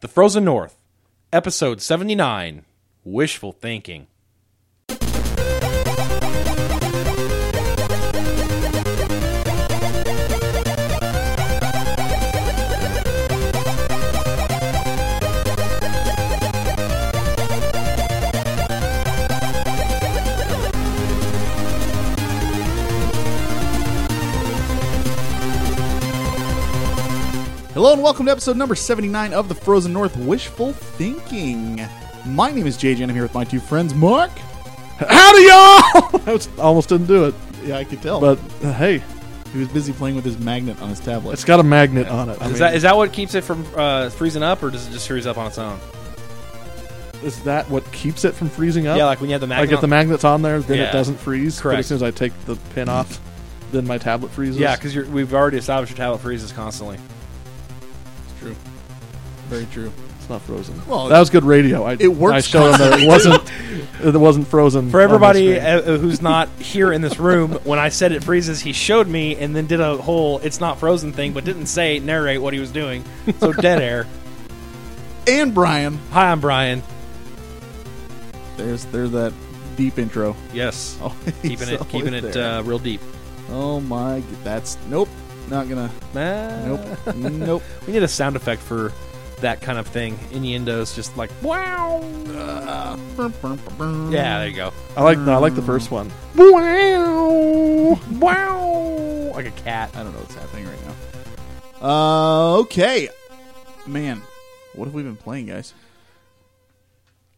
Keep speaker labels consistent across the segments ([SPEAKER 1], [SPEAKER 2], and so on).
[SPEAKER 1] The Frozen North, Episode 79 Wishful Thinking.
[SPEAKER 2] Hello and welcome to episode number 79 of The Frozen North Wishful Thinking. My name is JJ and I'm here with my two friends, Mark. Howdy, y'all! I was- almost didn't do it,
[SPEAKER 3] Yeah, I could tell.
[SPEAKER 2] but uh, hey,
[SPEAKER 3] he was busy playing with his magnet on his tablet.
[SPEAKER 2] it's got a magnet on it. I
[SPEAKER 1] Is
[SPEAKER 2] mean,
[SPEAKER 1] that, is that what keeps it from uh, freezing up, or does it just freeze up on its own?
[SPEAKER 2] is that what keeps it from freezing up?
[SPEAKER 1] Yeah, like when you have the
[SPEAKER 2] I
[SPEAKER 1] magnet.
[SPEAKER 2] get the
[SPEAKER 1] on-
[SPEAKER 2] magnets on there, then
[SPEAKER 1] Yeah.
[SPEAKER 2] it doesn't freeze. But
[SPEAKER 1] Correct.
[SPEAKER 2] as soon as I take the pin off, then my tablet freezes.
[SPEAKER 1] yeah, because we've already established your tablet freezes constantly.
[SPEAKER 3] true. Very true.
[SPEAKER 2] it's not frozen.
[SPEAKER 3] Well,
[SPEAKER 2] that was good radio. I,
[SPEAKER 3] it works
[SPEAKER 2] I showed him that it wasn't. it wasn't frozen
[SPEAKER 1] For
[SPEAKER 2] on the
[SPEAKER 1] everybody
[SPEAKER 2] screen.
[SPEAKER 1] uh, who's not here in this room, when I said it freezes, he showed me and then did a whole "it's not frozen" thing, but didn't say narrate what he was doing. So dead air.
[SPEAKER 3] And Brian.
[SPEAKER 1] Hi, I'm Brian.
[SPEAKER 3] There's there's that deep intro.
[SPEAKER 1] Yes,
[SPEAKER 3] Oh,
[SPEAKER 1] keeping
[SPEAKER 3] he's
[SPEAKER 1] it keeping
[SPEAKER 3] always
[SPEAKER 1] it
[SPEAKER 3] there.
[SPEAKER 1] uh, real deep.
[SPEAKER 3] oh my, g- that's nope. Not gonna. Nope. nope.
[SPEAKER 1] We need a sound effect for that kind of thing. Innuendos, just like wow.
[SPEAKER 3] Uh, brum, brum, brum, brum.
[SPEAKER 1] Yeah, there you go.
[SPEAKER 2] I like. No, I like the first one.
[SPEAKER 1] Wow, wow, like a cat.
[SPEAKER 3] I don't know what's happening right now. Uh, okay. Man, what have we been playing, guys?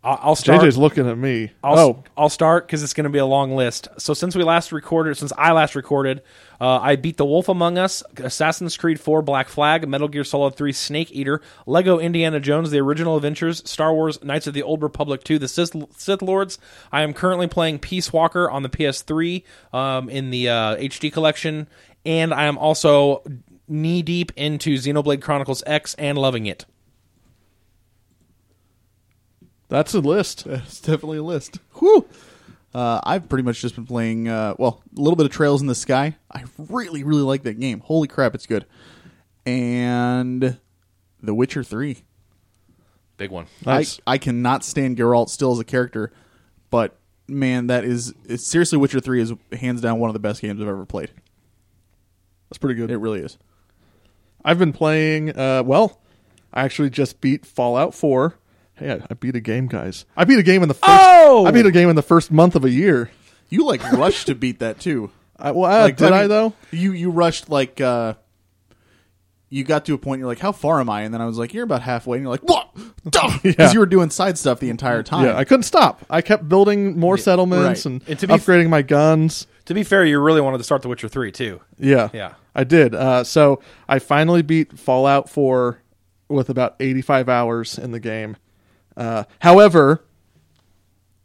[SPEAKER 1] I'll, I'll start.
[SPEAKER 2] JJ's looking at me.
[SPEAKER 1] I'll,
[SPEAKER 2] oh,
[SPEAKER 1] I'll start because it's going to be a long list. So since we last recorded, since I last recorded, uh, I beat The Wolf Among Us, Assassin's Creed 4 Black Flag, Metal Gear Solid 3 Snake Eater, Lego Indiana Jones The Original Adventures, Star Wars Knights of the Old Republic 2 The Sith, Sith Lords. I am currently playing Peace Walker on the PS3 um, in the uh, HD collection, and I am also knee deep into Xenoblade Chronicles X and loving it.
[SPEAKER 2] that's a list.
[SPEAKER 3] It's definitely a list. Whew. Uh, I've pretty much just been playing, uh, well, a little bit of Trails in the Sky. I really, really like that game. Holy crap, it's good. And The Witcher 3.
[SPEAKER 1] Big one.
[SPEAKER 2] Nice.
[SPEAKER 3] I, I cannot stand Geralt still as a character, but man, that is it's, seriously Witcher 3 is hands down one of the best games I've ever played.
[SPEAKER 2] That's pretty good.
[SPEAKER 3] It really is.
[SPEAKER 2] I've been playing. Uh, well, I actually just beat Fallout Four. Hey, I, I beat a game, guys. I beat a game in the first.
[SPEAKER 1] Oh!
[SPEAKER 2] I beat a game in the first month of a year.
[SPEAKER 3] You like rushed to beat that too.
[SPEAKER 2] I, well, uh,
[SPEAKER 3] Like,
[SPEAKER 2] did I,
[SPEAKER 3] mean,
[SPEAKER 2] though?
[SPEAKER 3] You you rushed like uh you got to a point you're like, how far am I? And then I was like, you're about halfway, and you're like, what? Because
[SPEAKER 2] Yeah.
[SPEAKER 3] you were doing side stuff the entire time.
[SPEAKER 2] Yeah, I couldn't stop. I kept building more settlements
[SPEAKER 3] right.
[SPEAKER 2] and,
[SPEAKER 1] And to be f-
[SPEAKER 2] upgrading my guns.
[SPEAKER 1] To be fair, you really wanted to start The Witcher 3 too.
[SPEAKER 2] Yeah,
[SPEAKER 1] Yeah.
[SPEAKER 2] I did. Uh, so I finally beat Fallout Four with about eighty-five hours in the game. Uh, however,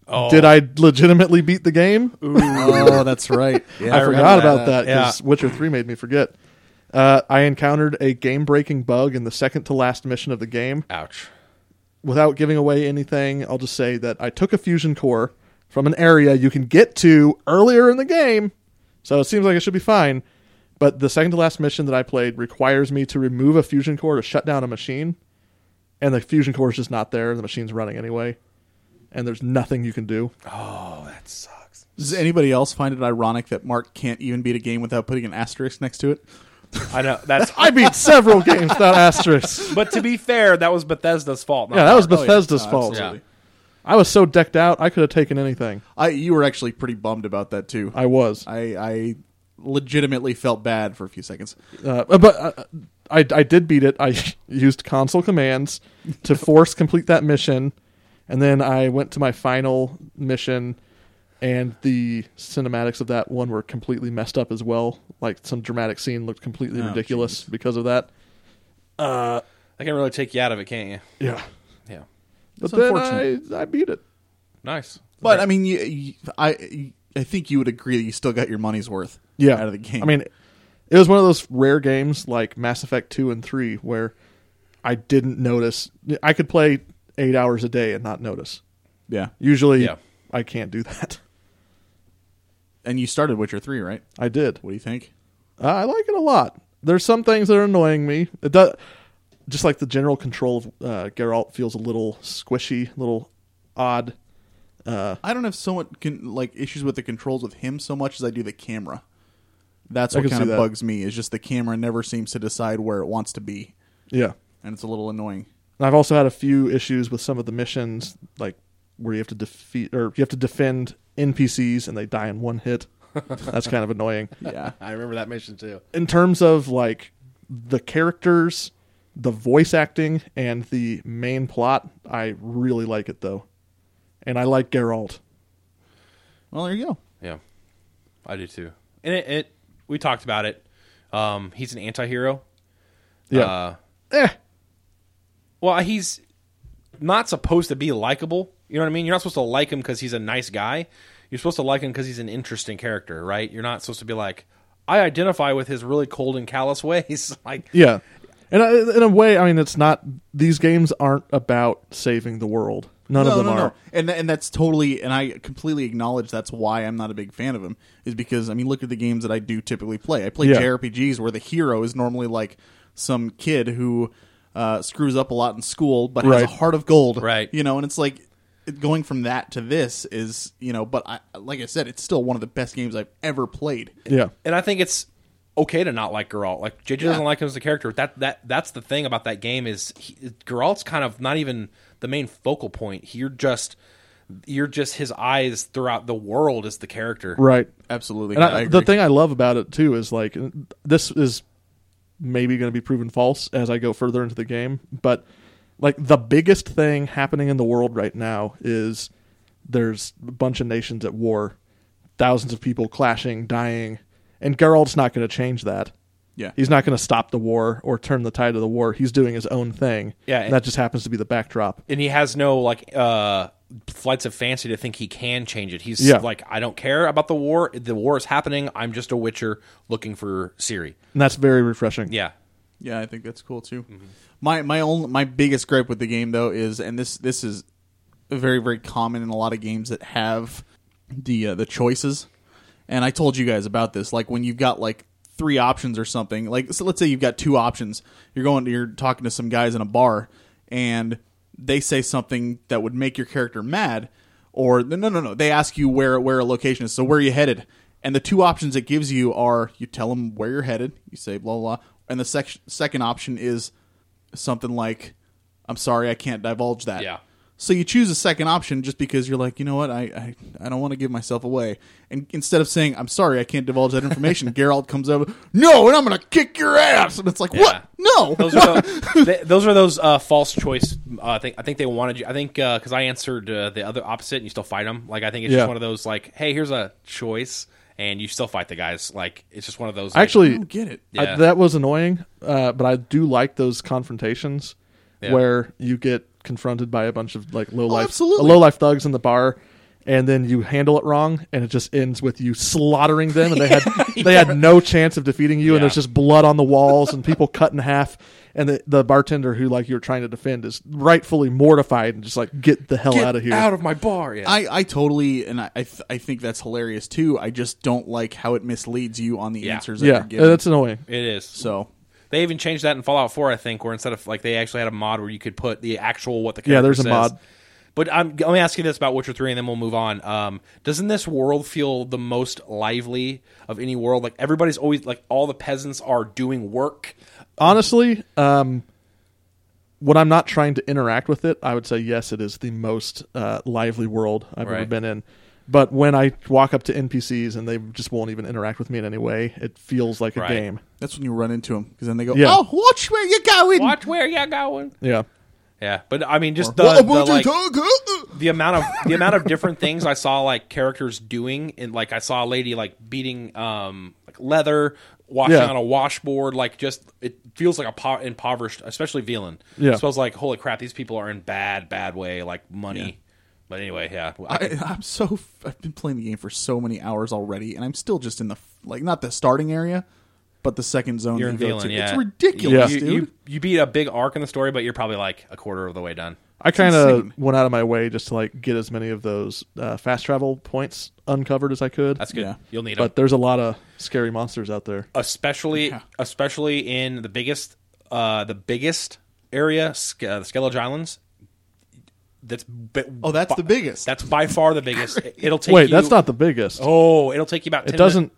[SPEAKER 1] Oh.
[SPEAKER 2] did I legitimately beat the game?
[SPEAKER 3] oh, that's right. Yeah,
[SPEAKER 2] I, forgot about that
[SPEAKER 1] Yeah.
[SPEAKER 2] because Witcher 3 made me forget. Uh, I encountered a game breaking bug in the second to last mission of the game.
[SPEAKER 1] Ouch.
[SPEAKER 2] Without giving away anything, I'll just say that I took a fusion core from an area you can get to earlier in the game, so it seems like it should be fine. But the second to last mission that I played requires me to remove a fusion core to shut down a machine, and the fusion core is just not there. The machine's running anyway, and there's nothing you can do.
[SPEAKER 1] Oh, that sucks.
[SPEAKER 3] Does anybody else find it ironic that Mark can't even beat a game without putting an asterisk next to it?
[SPEAKER 1] I know that's.
[SPEAKER 2] I beat several games without asterisks.
[SPEAKER 1] but to be fair, that was Bethesda's fault. not
[SPEAKER 2] Yeah, that was
[SPEAKER 3] Oh, yeah.
[SPEAKER 2] Bethesda's
[SPEAKER 3] Oh,
[SPEAKER 2] fault.
[SPEAKER 1] absolutely.
[SPEAKER 2] I was so decked out, I could have taken anything.
[SPEAKER 3] I you were actually pretty bummed about that too.
[SPEAKER 2] I was,
[SPEAKER 3] I I legitimately felt bad for a few seconds.
[SPEAKER 2] uh, but uh, I I did beat it. I used console commands to force complete that mission, and then I went to my final mission, and the cinematics of that one were completely messed up as well. Like some dramatic scene looked completely
[SPEAKER 3] Oh,
[SPEAKER 2] ridiculous because of that.
[SPEAKER 1] Uh, I can really take you out of it, can't you?
[SPEAKER 2] Yeah,
[SPEAKER 1] Yeah.
[SPEAKER 3] That's
[SPEAKER 2] but then I,
[SPEAKER 3] unfortunate.
[SPEAKER 2] I beat it.
[SPEAKER 1] Nice.
[SPEAKER 3] But I mean, you, you, I I think you would agree that you still got your money's worth.
[SPEAKER 2] yeah.
[SPEAKER 3] out of the game.
[SPEAKER 2] I mean, it was one of those rare games like Mass Effect 2 and 3 where I didn't notice. I could play eight hours a day and not notice.
[SPEAKER 3] yeah.
[SPEAKER 2] Usually,
[SPEAKER 1] Yeah.
[SPEAKER 2] I can't do that.
[SPEAKER 3] And you started Witcher three, right?
[SPEAKER 2] I did.
[SPEAKER 3] What do you think?
[SPEAKER 2] Uh, I like it a lot. There's some things that are annoying me. It does. just like the general control of uh, Geralt feels a little squishy, a little odd.
[SPEAKER 3] I don't have so much con- like issues with the controls with him so much as I do the camera. That's
[SPEAKER 2] I
[SPEAKER 3] what
[SPEAKER 2] can
[SPEAKER 3] kind
[SPEAKER 2] see
[SPEAKER 3] of
[SPEAKER 2] that.
[SPEAKER 3] bugs me is just the camera never seems to decide where it wants to be,
[SPEAKER 2] Yeah.
[SPEAKER 3] and it's a little annoying.
[SPEAKER 2] And I've also had a few issues with some of the missions, like where you have to defeat or you have to defend NPCs and they die in one hit. That's kind of annoying.
[SPEAKER 3] Yeah,
[SPEAKER 4] I remember that mission too.
[SPEAKER 2] In terms of like the characters, the voice acting, and the main plot, I really like it though, and I like Geralt.
[SPEAKER 3] well there you go.
[SPEAKER 1] Yeah, I do too. And it, it we talked about it. Um, he's an anti-hero.
[SPEAKER 2] Yeah.
[SPEAKER 1] Uh,
[SPEAKER 2] Eh,
[SPEAKER 1] well, he's not supposed to be likable. You know what I mean? You're not supposed to like him because he's a nice guy. You're supposed to like him because he's an interesting character, right? You're not supposed to be like, I identify with his really cold and callous ways. like,
[SPEAKER 2] yeah. And I, in a way, I mean, it's not. These games aren't about saving the world. None of them are.
[SPEAKER 3] And and that's totally and I completely acknowledge that's why I'm not a big fan of him is because I mean look at the games that I do typically play. I play
[SPEAKER 2] Yeah.
[SPEAKER 3] JRPGs where the hero is normally like some kid who uh, screws up a lot in school but
[SPEAKER 2] Right.
[SPEAKER 3] has a heart of gold,
[SPEAKER 1] Right.
[SPEAKER 3] You know, and it's like it- going from that to this is you know, but I like I said, it's still one of the best games I've ever played.
[SPEAKER 2] Yeah.
[SPEAKER 1] and I think it's okay to not like Geralt. Like JJ doesn't like him as a character. That that that's the thing about that game is he, Geralt's kind of not even the main focal point. You're just you're just his eyes throughout the world is the character.
[SPEAKER 2] Right.
[SPEAKER 3] Absolutely,
[SPEAKER 2] And
[SPEAKER 3] I
[SPEAKER 2] I,
[SPEAKER 3] agree.
[SPEAKER 2] the thing I love about it too is like this is maybe going to be proven false as I go further into the game, but like the biggest thing happening in the world right now is there's a bunch of nations at war, thousands of people clashing, dying, and Geralt's not going to change that.
[SPEAKER 3] yeah,
[SPEAKER 2] He's not going to stop the war or turn the tide of the war. He's doing his own thing.
[SPEAKER 1] Yeah,
[SPEAKER 2] and
[SPEAKER 1] and-
[SPEAKER 2] that just happens to be the backdrop.
[SPEAKER 1] And he has no like uh flights of fancy to think he can change it. He's
[SPEAKER 2] Yeah.
[SPEAKER 1] like I don't care about the war. The war is happening. I'm just a witcher looking for Siri.
[SPEAKER 2] And that's very refreshing.
[SPEAKER 1] Yeah.
[SPEAKER 3] Yeah, I think that's cool too. My my only my biggest gripe with the game though is, and this this is very very common in a lot of games that have the uh, the choices. And I told you guys about this, like when you've got like three options or something. Like so let's say you've got two options. You're going you're talking to some guys in a bar, and they say something that would make your character mad, or no no no they ask you where where a location is. So where are you headed? And the two options it gives you are you tell them where you're headed, you say blah blah, blah. and the sec- second option is something like, "I'm sorry, I can't divulge that."
[SPEAKER 1] Yeah.
[SPEAKER 3] So you choose a second option just because you're like, you know what, I I, I don't want to give myself away. And instead of saying, "I'm sorry, I can't divulge that information," Geralt comes over, "No, and I'm gonna kick your ass," and it's like,
[SPEAKER 1] Yeah.
[SPEAKER 3] what? No.
[SPEAKER 1] those are those, th- those are those uh, false choice. Uh, I think I think they wanted you. I think because I answered uh, the other opposite, and you still fight them. Like I think it's
[SPEAKER 2] Yeah.
[SPEAKER 1] just one of those like, hey, here's a choice, and you still fight the guys. Like it's just one of those. like-
[SPEAKER 3] I
[SPEAKER 2] Actually,
[SPEAKER 3] don't get it.
[SPEAKER 2] I-
[SPEAKER 1] Yeah.
[SPEAKER 2] that was annoying, uh, but I do like those confrontations
[SPEAKER 1] Yeah.
[SPEAKER 2] where you get confronted by a bunch of like low
[SPEAKER 3] Oh,
[SPEAKER 2] life,
[SPEAKER 3] absolutely.
[SPEAKER 2] low life thugs in the bar, and then you handle it wrong, and it just ends with you slaughtering them, and they had they had no chance of defeating you, and
[SPEAKER 1] Yeah.
[SPEAKER 2] there's just blood on the walls and people cut in half, and the, the bartender who like you're trying to defend is rightfully mortified and just like get the hell
[SPEAKER 3] Get
[SPEAKER 2] out of here.
[SPEAKER 1] out of my bar. Yeah,
[SPEAKER 3] I, I totally and I I, th- I think that's hilarious too. I just don't like how it misleads you on the
[SPEAKER 1] Yeah.
[SPEAKER 3] answers that
[SPEAKER 2] yeah,
[SPEAKER 3] you're given.
[SPEAKER 2] that's annoying.
[SPEAKER 1] it is.
[SPEAKER 3] so
[SPEAKER 1] they even changed that in Fallout Four, I think, where instead of like they actually had a mod where you could put the actual what the character
[SPEAKER 2] Yeah, there's a
[SPEAKER 1] says.
[SPEAKER 2] mod.
[SPEAKER 1] But I'm, let me ask you this about Witcher Three, and then we'll move on. Um, doesn't this world feel the most lively of any world? Like everybody's always like all the peasants are doing work.
[SPEAKER 2] honestly, um, when I'm not trying to interact with it, I would say yes, it is the most uh, lively world I've ever
[SPEAKER 1] Right.
[SPEAKER 2] been in. But when I walk up to NPCs and they just won't even interact with me in any way, it feels like a
[SPEAKER 1] Right.
[SPEAKER 2] game.
[SPEAKER 3] that's when you run into them because then they go,
[SPEAKER 2] Yeah.
[SPEAKER 3] "Oh, watch where you're going."
[SPEAKER 1] Watch where you going.
[SPEAKER 2] Yeah,
[SPEAKER 1] Yeah, but I mean, just the,
[SPEAKER 2] uh,
[SPEAKER 3] What
[SPEAKER 1] the,
[SPEAKER 3] about you
[SPEAKER 1] like,
[SPEAKER 3] talk, huh?
[SPEAKER 1] the amount of the amount of different things I saw like characters doing, and like I saw a lady like beating um like leather, washing
[SPEAKER 2] Yeah.
[SPEAKER 1] on a washboard, like just it feels like a po- impoverished, especially Velen.
[SPEAKER 2] Yeah.
[SPEAKER 1] so I was like, holy crap, these people are in bad, bad way, like money. But anyway, yeah, I
[SPEAKER 3] I, I'm so f- I've been playing the game for so many hours already, and I'm still just in the f- like not the starting area, but the second zone
[SPEAKER 1] you're
[SPEAKER 3] you
[SPEAKER 1] in
[SPEAKER 3] go
[SPEAKER 1] Velen.
[SPEAKER 3] to.
[SPEAKER 1] Yeah,
[SPEAKER 3] It's ridiculous,
[SPEAKER 1] You,
[SPEAKER 3] dude.
[SPEAKER 1] you you beat a big arc in the story, but you're probably like a quarter of the way done.
[SPEAKER 2] I kind
[SPEAKER 3] insane.
[SPEAKER 2] of went out of my way just to like get as many of those uh, fast travel points uncovered as I could.
[SPEAKER 1] That's good.
[SPEAKER 3] Yeah.
[SPEAKER 1] You'll need 'em.
[SPEAKER 2] But there's a lot of scary monsters out there.
[SPEAKER 1] especially especially in the biggest uh the biggest area, Ske- uh, the Skellige Islands. That's bi-
[SPEAKER 3] Oh, that's
[SPEAKER 1] bi-
[SPEAKER 3] the biggest.
[SPEAKER 1] That's by far the biggest. It- It'll take
[SPEAKER 2] Wait,
[SPEAKER 1] you-
[SPEAKER 2] that's not the biggest.
[SPEAKER 1] Oh, it'll take you about. 10
[SPEAKER 2] it
[SPEAKER 1] minutes.
[SPEAKER 2] doesn't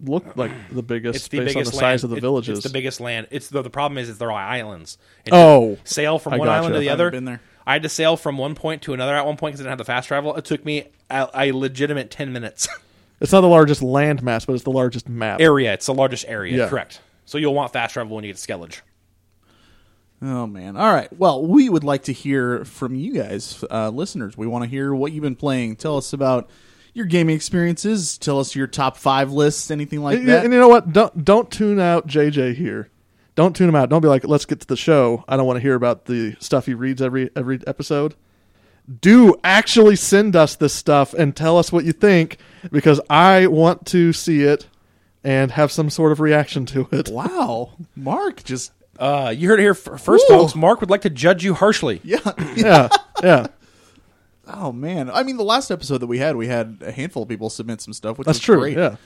[SPEAKER 2] look like the biggest
[SPEAKER 1] It's the
[SPEAKER 2] based
[SPEAKER 1] biggest
[SPEAKER 2] on the
[SPEAKER 1] land.
[SPEAKER 2] size of the
[SPEAKER 1] It-
[SPEAKER 2] villages.
[SPEAKER 1] It's the biggest land. It's the, the problem is, is they're all islands. It's
[SPEAKER 2] Oh.
[SPEAKER 1] sail from
[SPEAKER 2] I
[SPEAKER 1] one
[SPEAKER 2] gotcha.
[SPEAKER 1] island to the
[SPEAKER 2] I've
[SPEAKER 1] other.
[SPEAKER 3] been there.
[SPEAKER 1] I had to sail from one point to another at one point because I didn't have the fast travel. It took me a, a legitimate ten minutes
[SPEAKER 2] it's not the largest land mass, but it's the largest map.
[SPEAKER 1] area. It's the largest area.
[SPEAKER 2] Yeah.
[SPEAKER 1] Correct. So you'll want fast travel when you get to Skellige.
[SPEAKER 3] Oh man! All right. Well, we would like to hear from you guys, uh, listeners. We want to hear what you've been playing. Tell us about your gaming experiences. Tell us your top five lists, anything like
[SPEAKER 2] And-
[SPEAKER 3] that.
[SPEAKER 2] and you know what? Don't don't tune out JJ here. Don't tune him out. Don't be like, let's get to the show. I don't want to hear about the stuff he reads every every episode. Do actually send us this stuff and tell us what you think because I want to see it and have some sort of reaction to it.
[SPEAKER 3] wow, Mark, just
[SPEAKER 1] Uh, you heard it here f- first,
[SPEAKER 3] Ooh.
[SPEAKER 1] folks. Mark would like to judge you harshly.
[SPEAKER 3] yeah.
[SPEAKER 2] Yeah, yeah,
[SPEAKER 3] oh man! I mean, the last episode that we had, we had a handful of people submit some stuff, which
[SPEAKER 2] that's
[SPEAKER 3] was
[SPEAKER 2] true.
[SPEAKER 3] Great.
[SPEAKER 2] Yeah,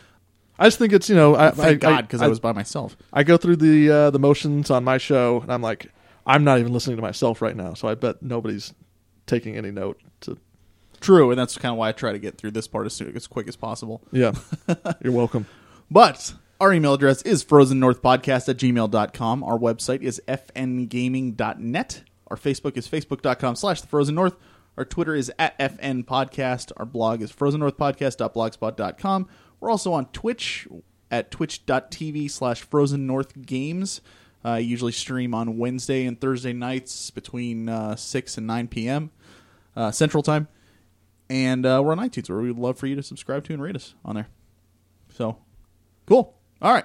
[SPEAKER 2] I just think it's you know, I,
[SPEAKER 3] Thank
[SPEAKER 2] I,
[SPEAKER 3] God, because I,
[SPEAKER 2] I
[SPEAKER 3] was by myself.
[SPEAKER 2] I go through the uh, the motions on my show, and I'm like, I'm not even listening to myself right now. So I bet nobody's taking any note. To
[SPEAKER 3] True, and that's kind of why I try to get through this part as, soon, as quick as possible.
[SPEAKER 2] yeah, you're welcome.
[SPEAKER 3] But our email address is frozennorthpodcast at gmail.com. Our website is fngaming.net. Our Facebook is facebook.com slash the frozen north. Our Twitter is at fn podcast. Our blog is frozennorthpodcast.blogspot.com. We're also on Twitch at twitch.tv slash frozen north games. Uh, I usually stream on Wednesday and Thursday nights between uh, 6 and 9 p.m. Uh, Central Time. And uh, we're on iTunes, where we would love for you to subscribe to and rate us on there. So cool. All right.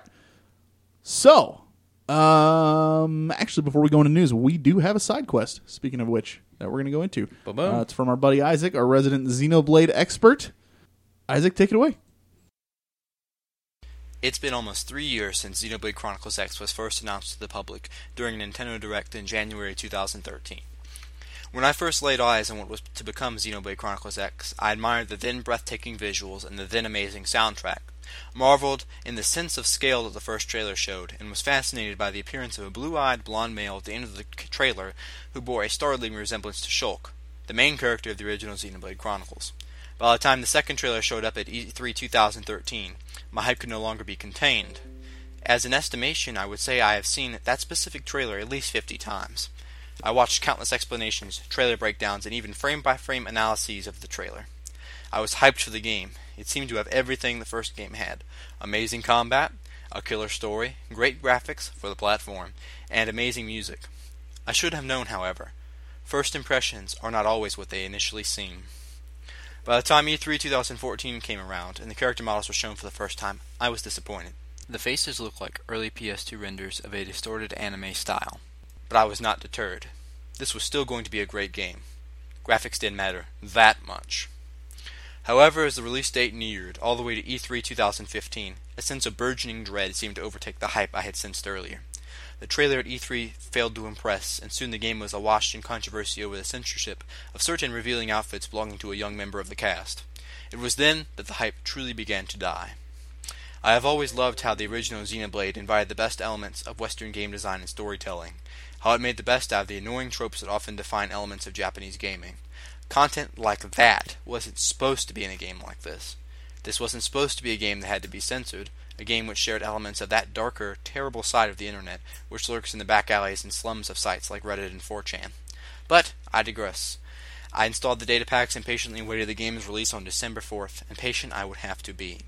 [SPEAKER 3] So, um, actually, before we go into news, we do have a side quest. Speaking of which, that we're going to go into.
[SPEAKER 1] Ba-boom.
[SPEAKER 3] Uh, it's from our buddy Isaac, our resident Xenoblade expert. Isaac, take it away.
[SPEAKER 4] It's been almost three years since Xenoblade Chronicles X was first announced to the public during a Nintendo Direct in January 2013. When I first laid eyes on what was to become Xenoblade Chronicles X, I admired the then breathtaking visuals and the then amazing soundtrack, marveled in the sense of scale that the first trailer showed, and was fascinated by the appearance of a blue eyed blonde male at the end of the c- trailer who bore a startling resemblance to Shulk, the main character of the original Xenoblade Chronicles. By the time the second trailer showed up at E E3 2013, my hype could no longer be contained. As an estimation, I would say I have seen that specific trailer at least 50 times. I watched countless explanations, trailer breakdowns, and even frame by frame analyses of the trailer. I was hyped for the game. It seemed to have everything the first game had amazing combat, a killer story, great graphics for the platform, and amazing music. I should have known, however. First impressions are not always what they initially seem. By the time E E3 2014 came around and the character models were shown for the first time, I was disappointed. The faces looked like early PS2 renders of a distorted anime style. But I was not deterred. This was still going to be a great game. Graphics didn't matter that much. However, as the release date neared, all the way to E E3 2015, a sense of burgeoning dread seemed to overtake the hype I had sensed earlier. The trailer at E3 failed to impress, and soon the game was awash in controversy over the censorship of certain revealing outfits belonging to a young member of the cast. It was then that the hype truly began to die. I have always loved how the original Xenoblade invited the best elements of Western game design and storytelling, how it made the best out of the annoying tropes that often define elements of Japanese gaming. Content like that wasn't supposed to be in a game like this. This wasn't supposed to be a game that had to be censored, a game which shared elements of that darker, terrible side of the internet which lurks in the back alleys and slums of sites like Reddit and 4chan. But I digress. I installed the data packs and patiently waited the game's release on December 4th, and patient I would have to be.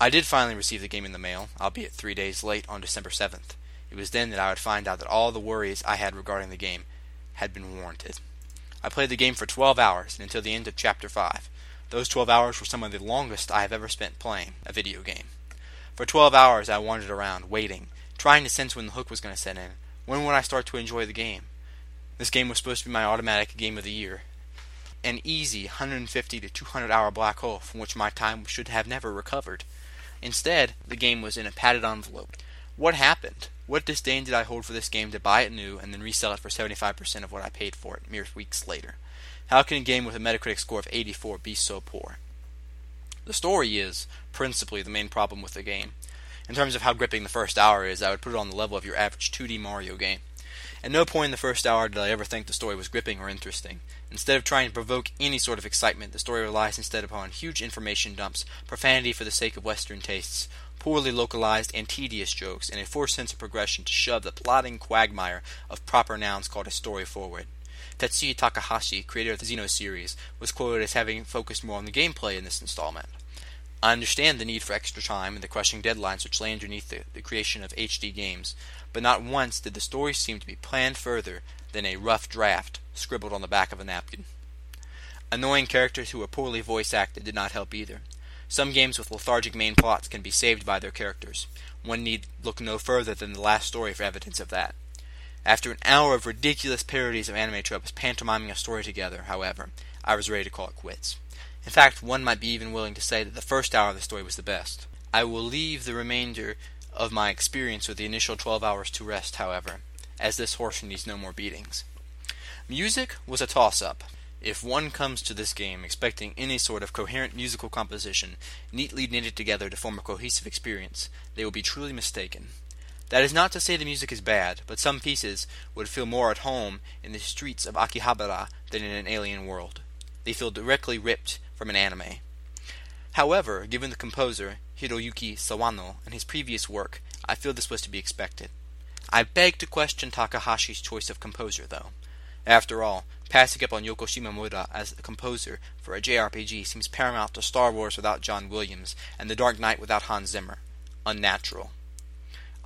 [SPEAKER 4] I did finally receive the game in the mail, albeit three days late on December 7th. It was then that I would find out that all the worries I had regarding the game had been warranted. I played the game for 12 hours and until the end of Chapter 5. Those 12 hours were some of the longest I have ever spent playing a video game. For 12 hours I wandered around, waiting, trying to sense when the hook was going to set in. When would I start to enjoy the game? This game was supposed to be my automatic game of the year, an easy 150 to 200 hour black hole from which my time should have never recovered. Instead, the game was in a padded envelope. What happened? What disdain did I hold for this game to buy it new and then resell it for 75% of what I paid for it mere weeks later? How can a game with a Metacritic score of 84 be so poor? The story is, principally, the main problem with the game. In terms of how gripping the first hour is, I would put it on the level of your average 2D Mario game. At no point in the first hour did I ever think the story was gripping or interesting. Instead of trying to provoke any sort of excitement, the story relies instead upon huge information dumps, profanity for the sake of Western tastes, poorly localized and tedious jokes, and a forced sense of progression to shove the plodding quagmire of proper nouns called a story forward. Tetsuya Takahashi, creator of the Xeno series, was quoted as having focused more on the gameplay in this installment. I understand the need for extra time and the crushing deadlines which lay underneath the, the creation of HD games, but not once did the story seem to be planned further than a rough draft scribbled on the back of a napkin. Annoying characters who were poorly voice acted did not help either. Some games with lethargic main plots can be saved by their characters. One need look no further than the last story for evidence of that. After an hour of ridiculous parodies of anime tropes pantomiming a story together, however, I was ready to call it quits. In fact, one might be even willing to say that the first hour of the story was the best. I will leave the remainder of my experience with the initial 12 hours to rest, however, as this horse needs no more beatings. Music was a toss up. If one comes to this game expecting any sort of coherent musical composition, neatly knitted together to form a cohesive experience, they will be truly mistaken. That is not to say the music is bad, but some pieces would feel more at home in the streets of Akihabara than in an alien world. They feel directly ripped from an anime. However, given the composer, Hiroyuki Sawano, and his previous work, I feel this was to be expected. I beg to question Takahashi's choice of composer, though. After all, passing up on Yoko Shimomura as a composer for a JRPG seems paramount to Star Wars without John Williams and The Dark Knight without Hans Zimmer. Unnatural.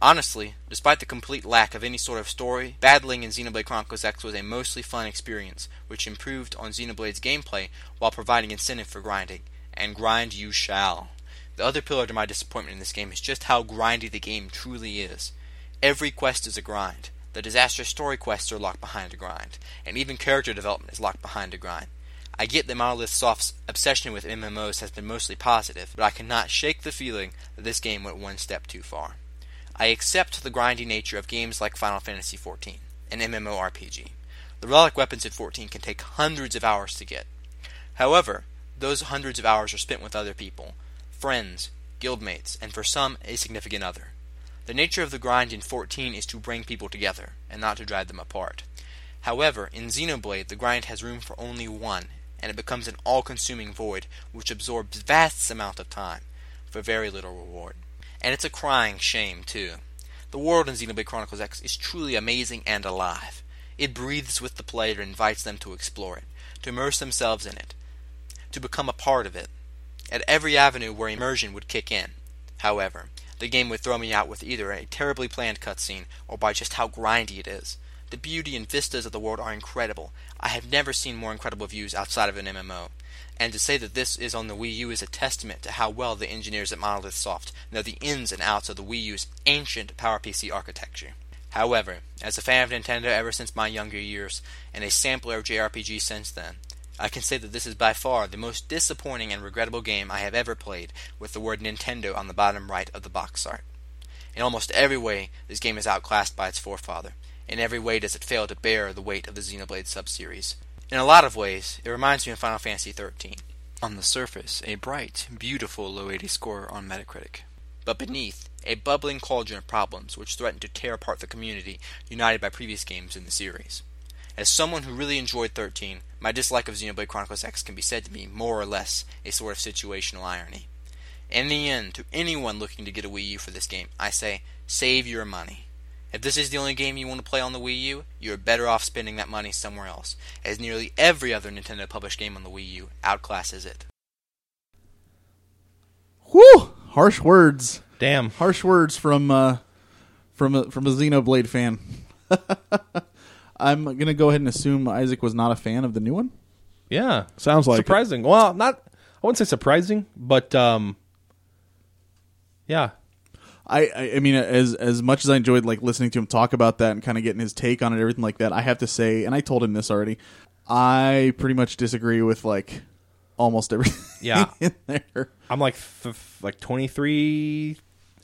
[SPEAKER 4] Honestly, despite the complete lack of any sort of story, battling in Xenoblade Chronicles X was a mostly fun experience, which improved on Xenoblade's gameplay while providing incentive for grinding. And grind you shall. The other pillar to my disappointment in this game is just how grindy the game truly is. Every quest is a grind. The disastrous story quests are locked behind a grind, and even character development is locked behind a grind. I get that Monolith Soft's obsession with MMOs has been mostly positive, but I cannot shake the feeling that this game went one step too far. I accept the grindy nature of games like Final Fantasy XIV, an MMORPG. The relic weapons in 14 can take hundreds of hours to get. However, those hundreds of hours are spent with other people, friends, guildmates, and for some, a significant other. The nature of the grind in 14 is to bring people together, and not to drive them apart. However, in Xenoblade, the grind has room for only one, and it becomes an all consuming void which absorbs vast amount of time, for very little reward and it's a crying shame too. The world in Xenoblade Chronicles X is truly amazing and alive. It breathes with the player and invites them to explore it, to immerse themselves in it, to become a part of it, at every avenue where immersion would kick in. However, the game would throw me out with either a terribly planned cutscene or by just how grindy it is. The beauty and vistas of the world are incredible. I have never seen more incredible views outside of an MMO and to say that this is on the Wii U is a testament to how well the engineers at Monolith Soft know the ins and outs of the Wii U's ancient PowerPC architecture. However, as a fan of Nintendo ever since my younger years, and a sampler of JRPG since then, I can say that this is by far the most disappointing and regrettable game I have ever played with the word Nintendo on the bottom right of the box art. In almost every way, this game is outclassed by its forefather. In every way does it fail to bear the weight of the Xenoblade subseries. In a lot of ways, it reminds me of Final Fantasy XIII. On the surface, a bright, beautiful low 80 score on Metacritic. But beneath, a bubbling cauldron of problems which threaten to tear apart the community united by previous games in the series. As someone who really enjoyed 13, my dislike of Xenoblade Chronicles X can be said to be more or less a sort of situational irony. In the end, to anyone looking to get a Wii U for this game, I say, save your money. If this is the only game you want to play on the Wii U, you are better off spending that money somewhere else, as nearly every other Nintendo published game on the Wii U outclasses it.
[SPEAKER 3] Whew! Harsh words.
[SPEAKER 1] Damn.
[SPEAKER 3] Harsh words from uh, from a, from a Xenoblade fan. I'm gonna go ahead and assume Isaac was not a fan of the new one.
[SPEAKER 1] Yeah.
[SPEAKER 2] Sounds like it.
[SPEAKER 1] surprising. Well, not I wouldn't say surprising, but um yeah.
[SPEAKER 3] I, I I mean, as as much as I enjoyed like listening to him talk about that and kind of getting his take on it, and everything like that, I have to say, and I told him this already, I pretty much disagree with like almost everything.
[SPEAKER 1] Yeah.
[SPEAKER 3] in there.
[SPEAKER 1] I'm like f- f- like 23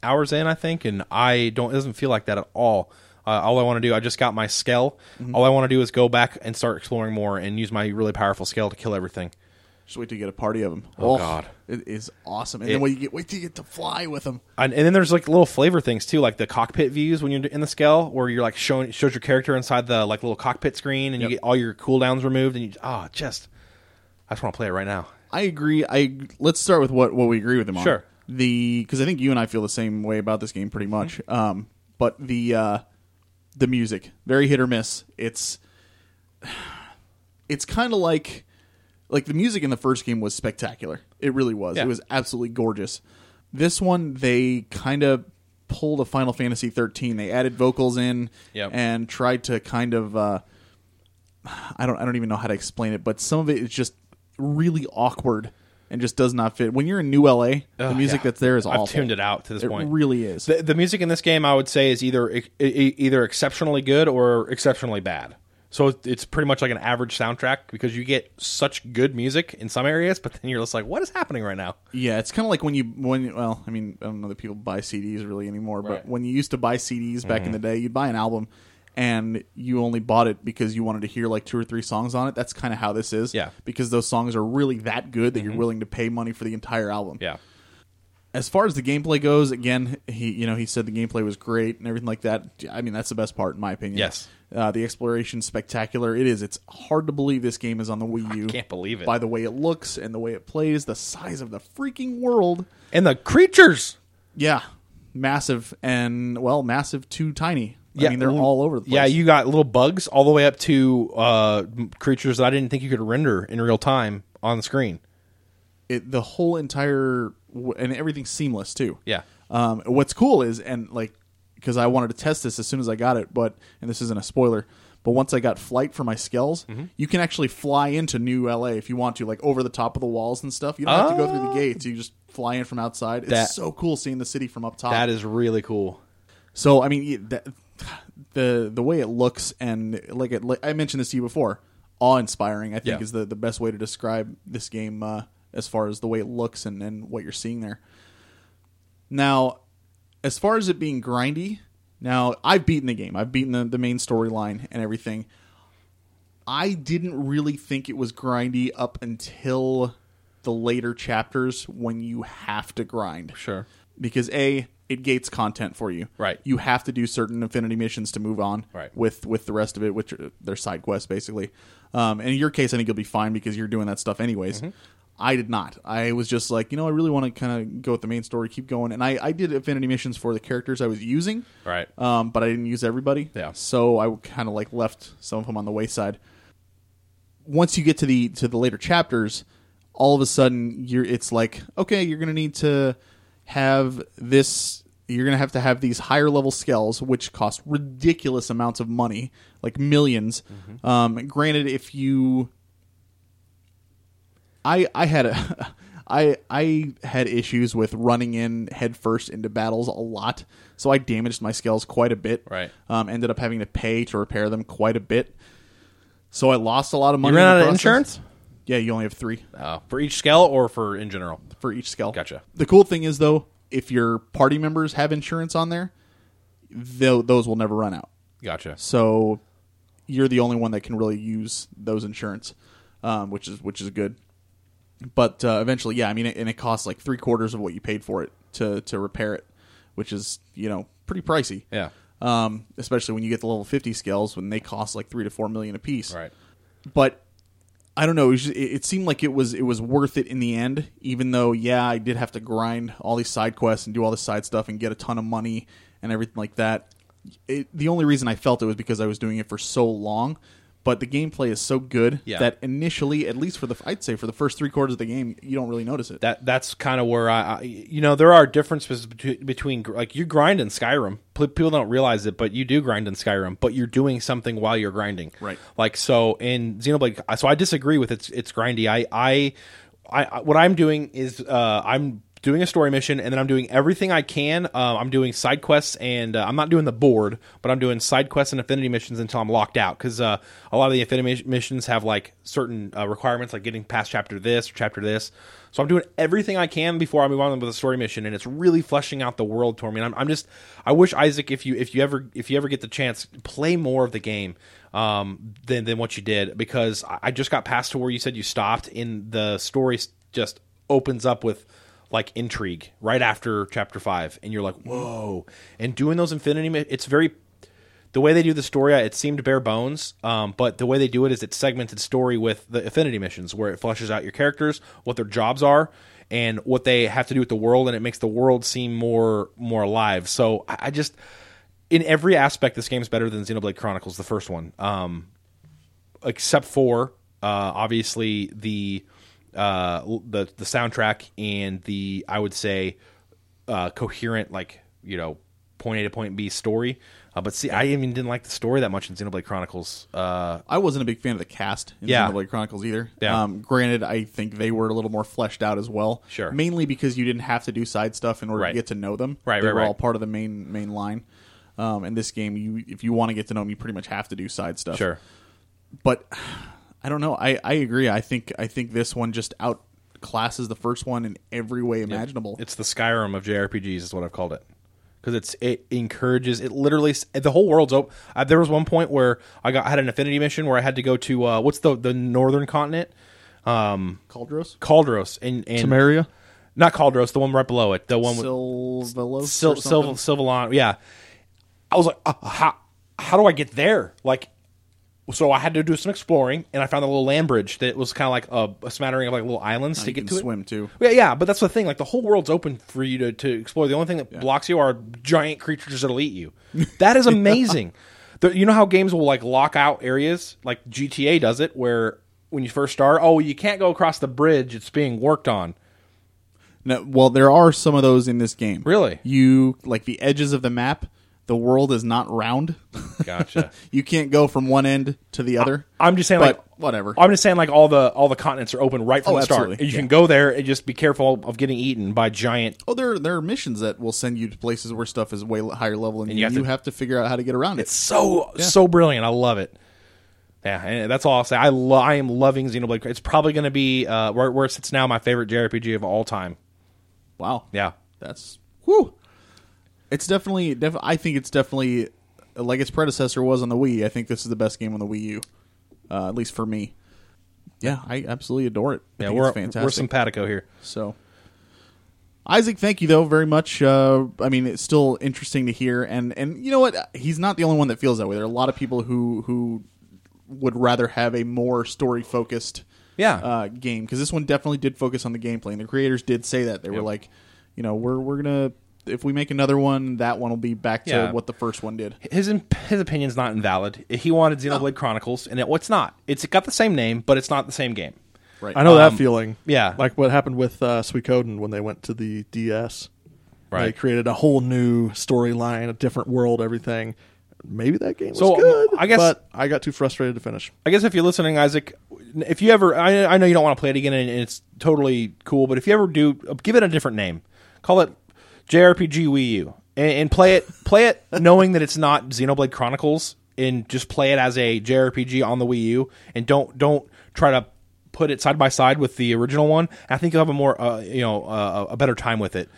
[SPEAKER 1] hours in, I think, and I don't. It doesn't feel like that at all. Uh, all I want to do, I just got my
[SPEAKER 2] Mm-hmm.
[SPEAKER 1] scale. All I want to do is go back and start exploring more and use my really powerful scale to kill everything.
[SPEAKER 3] Just wait till you get a party of them.
[SPEAKER 1] Oh, God.
[SPEAKER 3] it is awesome. And
[SPEAKER 1] It-
[SPEAKER 3] then wait, you get, wait till you get to fly with them.
[SPEAKER 1] And, and then there's like little flavor things too, like the cockpit views when you're in the scale, where you're like showing it shows your character inside the like little cockpit screen, and you get all your cooldowns removed, and you ah just I just want to play it right now.
[SPEAKER 3] I agree. I let's start with what what we agree with him on.
[SPEAKER 1] Sure.
[SPEAKER 3] The because I think you and I feel the same way about this game pretty much.
[SPEAKER 1] Mm-hmm.
[SPEAKER 3] Um, but the uh, the music very hit or miss. It's it's kind of like like the music in the first game was spectacular. It really was.
[SPEAKER 1] Yeah.
[SPEAKER 3] It was absolutely gorgeous. This one they kind of pulled a Final Fantasy 13. They added vocals in
[SPEAKER 1] Yep.
[SPEAKER 3] and tried to kind of uh, I don't I don't even know how to explain it, but some of it is just really awkward and just does not fit. When you're in New LA, the
[SPEAKER 1] Ugh,
[SPEAKER 3] music
[SPEAKER 1] yeah.
[SPEAKER 3] that's there is
[SPEAKER 1] I've
[SPEAKER 3] awful.
[SPEAKER 1] tuned it out to this
[SPEAKER 3] It
[SPEAKER 1] point.
[SPEAKER 3] really is.
[SPEAKER 1] The, the music in this game, I would say, is either e- e- either exceptionally good or exceptionally bad. So it- it's pretty much like an average soundtrack because you get such good music in some areas, but then you're just like, what is happening right now?
[SPEAKER 3] Yeah, it's kind of like when you when well, I mean, I don't know that people buy CDs really anymore,
[SPEAKER 1] Right. Mm-hmm.
[SPEAKER 3] but when you used to buy CDs back in the day, you'd buy an album and you only bought it because you wanted to hear like two or three songs on it. That's kind of how this is.
[SPEAKER 1] Yeah. Mm-hmm.
[SPEAKER 3] Because those songs are really that good that you're willing to pay money for the entire album.
[SPEAKER 1] Yeah,
[SPEAKER 3] As far as the gameplay goes, again, he you know, he said the gameplay was great and everything like that. I mean, that's the best part in my opinion.
[SPEAKER 1] Yes.
[SPEAKER 3] Uh, the exploration spectacular. It is. It's hard to believe this game is on the Wii U.
[SPEAKER 1] can't believe it.
[SPEAKER 3] By the way it looks and the way it plays, the size of the freaking world.
[SPEAKER 1] and the creatures.
[SPEAKER 3] Yeah, massive and well, massive too tiny. I mean, they're
[SPEAKER 1] well,
[SPEAKER 3] all over the place.
[SPEAKER 1] Yeah, you got little bugs all the way up to uh, m- creatures that I didn't think you could render in real time on the screen.
[SPEAKER 3] it, the whole entire w- and everything's seamless too.
[SPEAKER 1] Yeah.
[SPEAKER 3] Um, what's cool is and like because I wanted to test this as soon as I got it, but and this isn't a spoiler. But once I got flight for my scales,
[SPEAKER 1] Mm-hmm.
[SPEAKER 3] you can actually fly into New LA if you want to, like over the top of the walls and stuff. You don't have to go through the gates; you just fly in from outside. It's
[SPEAKER 1] Oh. That-
[SPEAKER 3] so cool seeing the city from up top.
[SPEAKER 1] That is really cool.
[SPEAKER 3] So I mean, y- that, the the way it looks and like it, like I mentioned this to you before, awe inspiring. I think
[SPEAKER 1] Yeah.
[SPEAKER 3] is the, the best way to describe this game uh, as far as the way it looks and, and what you're seeing there. Now, as far as it being grindy, now I've beaten the game. I've beaten the, the main storyline and everything. I didn't really think it was grindy up until the later chapters when you have to grind
[SPEAKER 1] Sure.
[SPEAKER 3] because a it gates content for you
[SPEAKER 1] Right.
[SPEAKER 3] you have to do certain affinity missions to move on
[SPEAKER 1] Right.
[SPEAKER 3] with with the rest of it which are their side quests basically um, and in your case i think you'll be fine because you're doing that stuff anyways
[SPEAKER 1] Mm-hmm.
[SPEAKER 3] i did not i was just like you know i really want to kind of go with the main story keep going and i i did affinity missions for the characters i was using
[SPEAKER 1] Right.
[SPEAKER 3] um, but i didn't use everybody
[SPEAKER 1] Yeah.
[SPEAKER 3] so i kind of like left some of them on the wayside once you get to the to the later chapters, all of a sudden you're it's like okay, you're gonna need to have this. You're gonna have to have these higher level skills, which cost ridiculous amounts of money, like 1000000s Um, granted, if you, I I had a. I I had issues with running in headfirst into battles a lot, so I damaged my scales quite a bit.
[SPEAKER 1] Right.
[SPEAKER 3] um, ended up having to pay to repair them quite a bit. So I lost a lot of money.
[SPEAKER 1] You ran
[SPEAKER 3] in the
[SPEAKER 1] out of
[SPEAKER 3] process.
[SPEAKER 1] insurance?
[SPEAKER 3] Yeah, you only have three
[SPEAKER 1] Uh, for each scale or for in general?
[SPEAKER 3] for each skull.
[SPEAKER 1] Gotcha.
[SPEAKER 3] The cool thing is though, if your party members have insurance on there, tho- those will never run out.
[SPEAKER 1] Gotcha.
[SPEAKER 3] So you're the only one that can really use those insurance, um, which is which is good. But uh, eventually, yeah, I mean, it, and it costs like three quarters of what you paid for it to to repair it, which is you know pretty pricey.
[SPEAKER 1] Yeah.
[SPEAKER 3] Um, especially when you get the level fifty scales when they cost like three to four million a piece
[SPEAKER 1] Right.
[SPEAKER 3] but I don't know. It, was just- it- it seemed like it was it was worth it in the end, even though yeah, I did have to grind all these side quests and do all this side stuff and get a ton of money and everything like that. It, the only reason I felt it was because I was doing it for so long. But the gameplay is so good
[SPEAKER 1] Yeah.
[SPEAKER 3] that initially, at least for the I'd say for the first three quarters of the game, you don't really notice it.
[SPEAKER 1] That that's kind of where I, I, you know, there are differences between, between gr- like you grind in Skyrim. P- People don't realize it, but you do grind in Skyrim. But you're doing something while you're grinding,
[SPEAKER 3] Right.
[SPEAKER 1] Like so in Xenoblade. So I disagree with it's it's grindy. I I, I I- what I'm doing is uh, I'm doing a story mission and then I'm doing everything I can. Uh, I'm doing side quests and uh, I'm not doing the board, but I'm doing side quests and affinity missions until I'm locked out because uh, a lot of the affinity mi- missions have like certain uh, requirements, like getting past chapter this or chapter this. So I'm doing everything I can before I move on with a story mission, and it's really fleshing out the world for me. And I'm, I'm just, I wish Isaac, if you if you ever if you ever get the chance, play more of the game. um, than than what you did because I I just got past to where you said you stopped, and the story s- just opens up with like intrigue right after chapter five, and you're like, whoa! And doing those Infinity, Mi- it's very the way they do the story, uh, it seemed bare bones, um, but the way they do it is it's segmented story with the affinity missions, where it flushes out your characters, what their jobs are, and what they have to do with the world, and it makes the world seem more more alive. So I, I just, in every aspect, this game's better than Xenoblade Chronicles, the first one. Um, except for uh, obviously the uh, l- the the soundtrack and the I would say uh, coherent like you know point A to point B story. Uh, but see, I even didn't like the story that much in Xenoblade Chronicles. Uh,
[SPEAKER 3] I wasn't a big fan of the cast in
[SPEAKER 1] Yeah.
[SPEAKER 3] Xenoblade Chronicles either.
[SPEAKER 1] Yeah.
[SPEAKER 3] Um, granted, I think they were a little more fleshed out as well.
[SPEAKER 1] Sure.
[SPEAKER 3] Mainly because you didn't have to do side stuff in order
[SPEAKER 1] Right.
[SPEAKER 3] to get to know them.
[SPEAKER 1] Right,
[SPEAKER 3] They
[SPEAKER 1] right,
[SPEAKER 3] were
[SPEAKER 1] right.
[SPEAKER 3] all part of the main main line. Um, in this game, you if you want to get to know them, you pretty much have to do side stuff.
[SPEAKER 1] sure,
[SPEAKER 3] But I don't know. I, I agree. I think I think this one just outclasses the first one in every way imaginable.
[SPEAKER 1] it's the Skyrim of JRPGs, is what I've called it. Because it's it encourages it literally s- the whole world's open. Uh, there was one point where I got had an affinity mission where I had to go to uh, what's the the northern continent
[SPEAKER 3] Caldros?
[SPEAKER 1] Caldros and, and
[SPEAKER 2] Tamaria.
[SPEAKER 1] not Caldros the one right below it the one with
[SPEAKER 3] Silvalos?
[SPEAKER 1] Sil-
[SPEAKER 3] or something?
[SPEAKER 1] Sil- Silvalon, yeah. I was like, uh, how how do I get there? Like, so I had to do some exploring, and I found a little land bridge that was kind of like a, a smattering of like little islands to
[SPEAKER 3] you
[SPEAKER 1] get
[SPEAKER 3] can
[SPEAKER 1] to it.
[SPEAKER 3] swim, too.
[SPEAKER 1] Yeah, yeah, but that's the thing. Like the whole world's open for you to, to explore. The only thing that blocks you are giant creatures that'll eat you. That is amazing. The- you know how games will like lock out areas, like GTA does it, where when you first start, oh, you can't go across the bridge; it's being worked on.
[SPEAKER 3] No, well, there are some of those in this game.
[SPEAKER 1] Really?
[SPEAKER 3] You like the edges of the map. The world is not round.
[SPEAKER 1] Gotcha.
[SPEAKER 3] you can't go from one end to the other.
[SPEAKER 1] I'm just saying,
[SPEAKER 3] But
[SPEAKER 1] like
[SPEAKER 3] whatever.
[SPEAKER 1] I'm just saying, like all the all the continents are open right from
[SPEAKER 3] Oh,
[SPEAKER 1] the start.
[SPEAKER 3] absolutely.
[SPEAKER 1] You
[SPEAKER 3] Yeah.
[SPEAKER 1] can go there and just be careful of getting eaten by giant.
[SPEAKER 3] oh, there there are missions that will send you to places where stuff is way l- higher level, and,
[SPEAKER 1] you
[SPEAKER 3] you,
[SPEAKER 1] have
[SPEAKER 3] have,
[SPEAKER 1] to-
[SPEAKER 3] to, figure out how to get around it.
[SPEAKER 1] So so brilliant. I love it. Yeah, and that's all I'll say. I lo- I am loving Xenoblade. It's probably going to be uh, where, where it sits now, my favorite JRPG of all time.
[SPEAKER 3] Wow.
[SPEAKER 1] Yeah,
[SPEAKER 3] That's whoo. It's definitely. Def- I think it's definitely like its predecessor was on the Wii. I think this is the best game on the Wii U, uh, at least for me. Yeah, I absolutely adore it. I
[SPEAKER 1] yeah,
[SPEAKER 3] think
[SPEAKER 1] we're
[SPEAKER 3] it's fantastic.
[SPEAKER 1] we're simpatico here.
[SPEAKER 3] So, Isaac, thank you though very much. Uh, I mean, it's still interesting to hear, and and you know what? He's not the only one that feels that way. There are a lot of people who who would rather have a more story focused
[SPEAKER 1] Yeah.
[SPEAKER 3] uh, game because this one definitely did focus on the gameplay, and the creators did say that they were like, you know, we're we're gonna if we make another one, that one will be back to
[SPEAKER 1] Yeah.
[SPEAKER 3] what the first one did.
[SPEAKER 1] His imp- his opinion's not invalid. He wanted Xenoblade Chronicles, and it, well, it's not. It's got the same name, but it's not the same game.
[SPEAKER 3] Right.
[SPEAKER 2] I know that feeling.
[SPEAKER 1] Um, yeah.
[SPEAKER 2] like what happened with uh, Suikoden when they went to the DS. they
[SPEAKER 1] Right.
[SPEAKER 2] created a whole new storyline, a different world, everything. Maybe that game was
[SPEAKER 1] So, um,
[SPEAKER 2] good.
[SPEAKER 1] I guess-
[SPEAKER 2] but I got too frustrated to finish.
[SPEAKER 1] I guess if you're listening, Isaac, if you ever, I, I know you don't want to play it again, and it's totally cool. But if you ever do, give it a different name. Call it JRPG Wii U, and, and play it. Play it knowing that it's not Xenoblade Chronicles, and just play it as a JRPG on the Wii U, and don't don't try to put it side by side with the original one. I think you'll have a more, uh, you know, uh, a better time with it.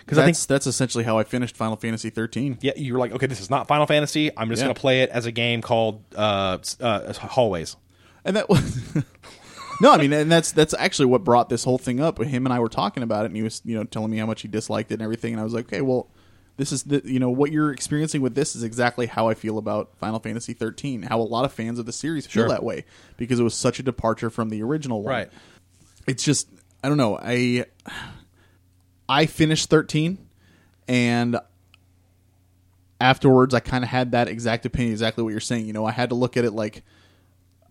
[SPEAKER 1] Because I think
[SPEAKER 3] That's that's essentially how I finished Final Fantasy thirteen.
[SPEAKER 1] yeah, you were like, okay, this is not Final Fantasy. I'm just
[SPEAKER 3] Yeah.
[SPEAKER 1] going to play it as a game called uh, s- uh, Hallways.
[SPEAKER 3] and that was no i mean and that's that's actually what brought this whole thing up him and i were talking about it and he was you know telling me how much he disliked it and everything and i was like okay well this is the you know what you're experiencing with this is exactly how i feel about final fantasy 13 how a lot of fans of the series feel
[SPEAKER 1] Sure.
[SPEAKER 3] that way because it was such a departure from the original one
[SPEAKER 1] Right.
[SPEAKER 3] it's just i don't know i i finished 13 and afterwards i kind of had that exact opinion exactly what you're saying you know i had to look at it like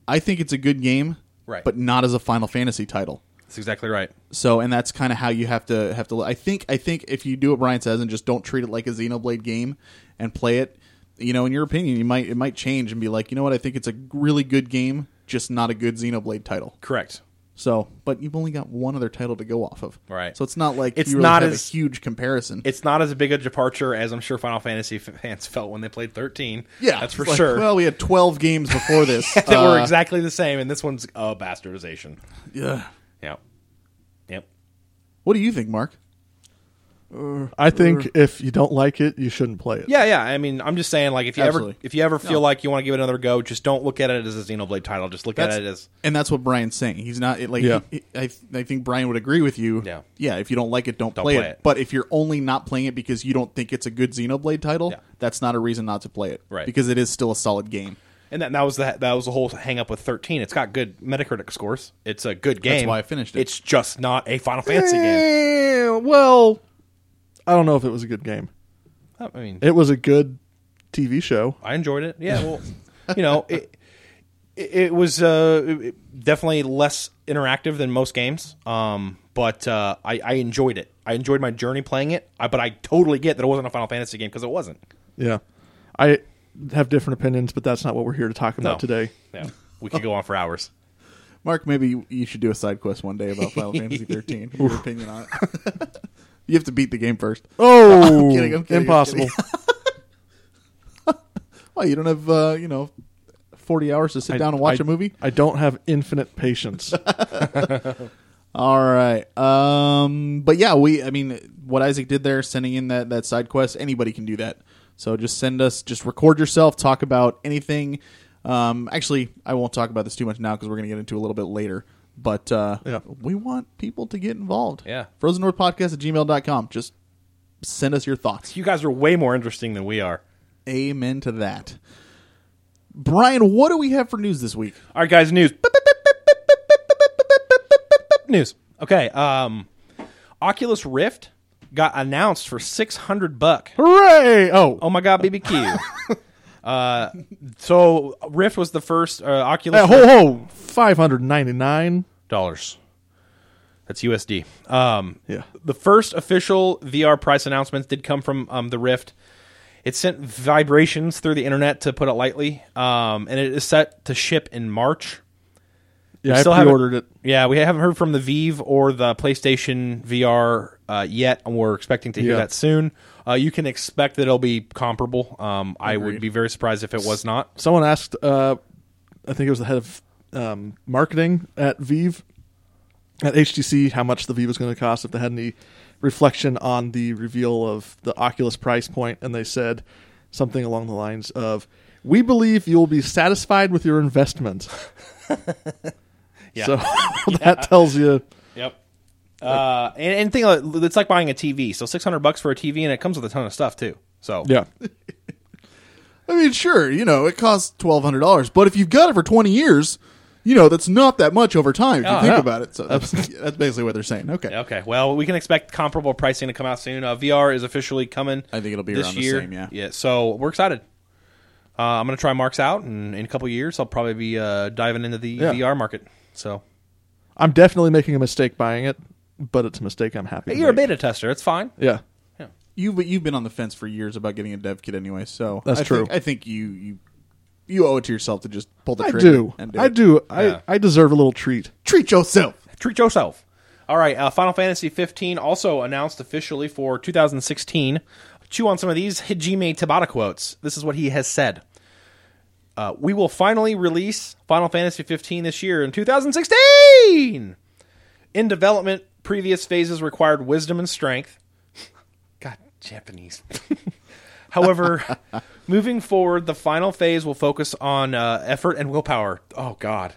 [SPEAKER 3] I think it's a good game,
[SPEAKER 1] Right.
[SPEAKER 3] But not as a Final Fantasy title.
[SPEAKER 1] That's exactly right.
[SPEAKER 3] So, and that's kind of how you have to have to. look. I think I think if you do what Brian says and just don't treat it like a Xenoblade game and play it, you know, in your opinion, you might it might change and be like, you know what, I think it's a really good game, just not a good Xenoblade title.
[SPEAKER 1] Correct.
[SPEAKER 3] So, but you've only got one other title to go off of,
[SPEAKER 1] Right.
[SPEAKER 3] So it's not like
[SPEAKER 1] It's
[SPEAKER 3] you really
[SPEAKER 1] not
[SPEAKER 3] have
[SPEAKER 1] as-
[SPEAKER 3] a huge comparison.
[SPEAKER 1] it's not as big a departure as I'm sure Final Fantasy f- fans felt when they played 13.
[SPEAKER 3] yeah,
[SPEAKER 1] that's
[SPEAKER 3] it's
[SPEAKER 1] for
[SPEAKER 3] like,
[SPEAKER 1] sure.
[SPEAKER 3] Well, we had twelve games before this
[SPEAKER 1] that were
[SPEAKER 3] Uh,
[SPEAKER 1] exactly the same, and this one's a bastardization.
[SPEAKER 3] yeah.
[SPEAKER 1] Yep. Yep.
[SPEAKER 3] What do you think, Mark?
[SPEAKER 2] I think if you don't like it, you shouldn't play it.
[SPEAKER 1] Yeah, yeah. I mean, I'm just saying, like, if you ever
[SPEAKER 3] Absolutely.
[SPEAKER 1] if you ever feel like you want to give it another go, just don't look at it as a Xenoblade title. Just look
[SPEAKER 3] That's-
[SPEAKER 1] at it as
[SPEAKER 3] and that's what Brian's saying. He's not it- like
[SPEAKER 2] Yeah.
[SPEAKER 3] he- he- I. I think Brian would agree with you.
[SPEAKER 1] Yeah.
[SPEAKER 3] Yeah. If you don't like it, don't,
[SPEAKER 1] Don't
[SPEAKER 3] play,
[SPEAKER 1] play
[SPEAKER 3] it.
[SPEAKER 1] it.
[SPEAKER 3] But if you're only not playing it because you don't think it's a good Xenoblade title,
[SPEAKER 1] Yeah.
[SPEAKER 3] that's not a reason not to play it.
[SPEAKER 1] Right.
[SPEAKER 3] Because it is still a solid game.
[SPEAKER 1] and that, that was the that was the whole hang up with 13. It's got good Metacritic scores. It's a good game.
[SPEAKER 3] why I finished it.
[SPEAKER 1] It's just not a Final Fantasy game.
[SPEAKER 2] Eh, Well, I don't know if it was a good game.
[SPEAKER 1] I mean,
[SPEAKER 2] It was a good TV show.
[SPEAKER 1] I enjoyed it. Yeah, well, you know, it it, it was uh, it- it- definitely less interactive than most games, um, but uh, I, I enjoyed it. I enjoyed my journey playing it, I, but I totally get that it wasn't a Final Fantasy game because it wasn't.
[SPEAKER 2] Yeah. I have different opinions, but that's not what we're here to talk about
[SPEAKER 1] No.
[SPEAKER 2] today.
[SPEAKER 1] Yeah, we could go on for hours.
[SPEAKER 3] Mark, maybe you- you should do a side quest one day about Final Fantasy 13. Your opinion on it. you have to beat the game first.
[SPEAKER 2] Oh,
[SPEAKER 3] kidding, I'm kidding, I'm
[SPEAKER 2] impossible.
[SPEAKER 3] Well, you don't have uh, you know forty hours to sit down and watch
[SPEAKER 2] a
[SPEAKER 3] a movie.
[SPEAKER 2] I don't have infinite patience.
[SPEAKER 3] All right. Um, but yeah, we. I mean, what Isaac did there, sending in that that side quest, anybody can do that. So just send us. Just record yourself. Talk about anything. Um, actually, I won't talk about this too much now because we're going to get into it a little bit later. But uh,
[SPEAKER 2] Yeah.
[SPEAKER 3] we want people to get involved.
[SPEAKER 1] Yeah.
[SPEAKER 3] Frozen North Podcast at gmail.com. Just send us your thoughts.
[SPEAKER 1] You guys are way more interesting than we are.
[SPEAKER 3] Amen to that. Brian, what do we have for news this week?
[SPEAKER 1] All right, guys, news. News. Okay. Um, Oculus Rift got announced for six hundred buck.
[SPEAKER 2] Hooray! Oh,
[SPEAKER 1] Oh my God, BBQ. uh, so Rift was the first uh, Oculus
[SPEAKER 2] uh, ho ho, five hundred ninety nine.
[SPEAKER 1] dollars. That's USD. Um,
[SPEAKER 2] Yeah.
[SPEAKER 1] The first official VR price announcements did come from um, the Rift. It sent vibrations through the internet, to put it lightly, um, and it is set to ship in March.
[SPEAKER 2] Yeah,
[SPEAKER 1] We
[SPEAKER 2] I
[SPEAKER 1] still haven't-
[SPEAKER 2] pre-ordered it.
[SPEAKER 1] Yeah, we haven't heard from the Vive or the PlayStation VR uh, yet, and we're expecting to hear
[SPEAKER 2] Yeah.
[SPEAKER 1] that soon. Uh, you can expect that it'll be comparable. Um, I would be very surprised if it was not.
[SPEAKER 2] Someone asked. Uh, I think it was the head of um, marketing at Vive at HTC how much the Vive was going to cost if they had any reflection on the reveal of the Oculus price point, and they said something along the lines of, "We believe you will be satisfied with your investment."
[SPEAKER 1] Yeah.
[SPEAKER 2] So that tells you.
[SPEAKER 1] Yep. Uh, and, and thing like- it's like buying a TV. So six hundred bucks for a TV, and it comes with a ton of stuff too. So
[SPEAKER 2] Yeah.
[SPEAKER 3] I mean, sure, you know, it costs twelve hundred dollars, but if you've got it for twenty years, you know, that's not that much over time if you
[SPEAKER 1] Yeah.
[SPEAKER 3] think
[SPEAKER 2] Yeah.
[SPEAKER 3] about it. So that's, that's basically what they're saying. Okay.
[SPEAKER 1] Okay. Well, we can expect comparable pricing to come out soon. Uh, VR is officially coming.
[SPEAKER 3] I think it'll be
[SPEAKER 1] this
[SPEAKER 3] around the
[SPEAKER 1] year.
[SPEAKER 3] same, yeah.
[SPEAKER 1] Yeah. So we're excited. Uh, I'm gonna try Marks out, and in a couple years, I'll probably be uh, diving into the
[SPEAKER 2] Yeah.
[SPEAKER 1] VR market. So
[SPEAKER 2] I'm definitely making a mistake buying it, but it's a mistake I'm happy.
[SPEAKER 1] Hey,
[SPEAKER 2] to
[SPEAKER 1] you're a
[SPEAKER 2] make.
[SPEAKER 1] beta tester. It's fine.
[SPEAKER 2] Yeah.
[SPEAKER 3] You've but you've been on the fence for years about getting a dev kit anyway, so
[SPEAKER 2] That's
[SPEAKER 3] I
[SPEAKER 2] true.
[SPEAKER 3] Think, I think you you you owe it to yourself to just pull the
[SPEAKER 2] I
[SPEAKER 3] trigger
[SPEAKER 2] do.
[SPEAKER 3] and do
[SPEAKER 2] I
[SPEAKER 3] it.
[SPEAKER 2] do.
[SPEAKER 1] Yeah.
[SPEAKER 2] I, I deserve a little treat.
[SPEAKER 3] treat yourself.
[SPEAKER 1] Treat yourself. All right. Uh, Final Fantasy 15 also announced officially for 2016. Chew on some of these Hajime Tabata quotes. This is what he has said. Uh, we will finally release Final Fantasy 15 this year in 2016. In development, previous phases required wisdom and strength. God, Japanese. However, moving forward, the final phase will focus on uh, effort and willpower. Oh God,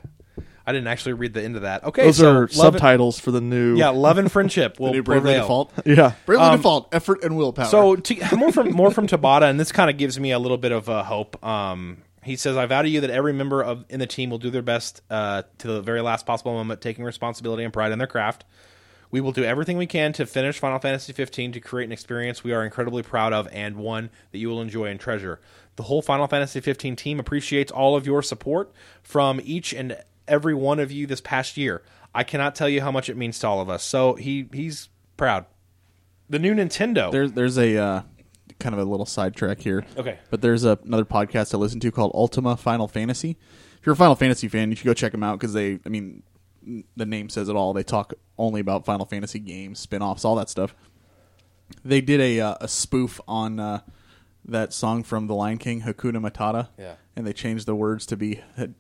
[SPEAKER 1] I didn't actually read the end of that. Okay,
[SPEAKER 2] Those
[SPEAKER 1] so
[SPEAKER 2] are
[SPEAKER 1] love and-
[SPEAKER 2] subtitles for the new.
[SPEAKER 1] yeah, love and friendship will
[SPEAKER 3] New bravely
[SPEAKER 1] prevail.
[SPEAKER 3] default.
[SPEAKER 2] Yeah. Um,
[SPEAKER 3] Bravely default. Effort and willpower.
[SPEAKER 1] So to, more from more from Tabata, and this kind of gives me a little bit of uh, hope. Um, he says, "I vow to you that every member of in the team will do their best uh, to the very last possible moment, taking responsibility and pride in their craft. We will do everything we can to finish Final Fantasy 15 to create an experience we are incredibly proud of and one that you will enjoy and treasure. The whole Final Fantasy 15 team appreciates all of your support from each and every one of you this past year. I cannot tell you how much it means to all of us. So he he's proud." The new Nintendo.
[SPEAKER 3] There's there's a uh, kind of a little sidetrack here.
[SPEAKER 1] Okay.
[SPEAKER 3] But there's a, another podcast I listen to called Ultima Final Fantasy. If you're a Final Fantasy fan, you should go check them out because they, I mean, n- the name says it all. They talk only about Final Fantasy games, spin offs, all that stuff. They did a, uh, a spoof on uh, that song from The Lion King, Hakuna Matata.
[SPEAKER 1] Yeah.
[SPEAKER 3] And they changed the words to be
[SPEAKER 1] Hajime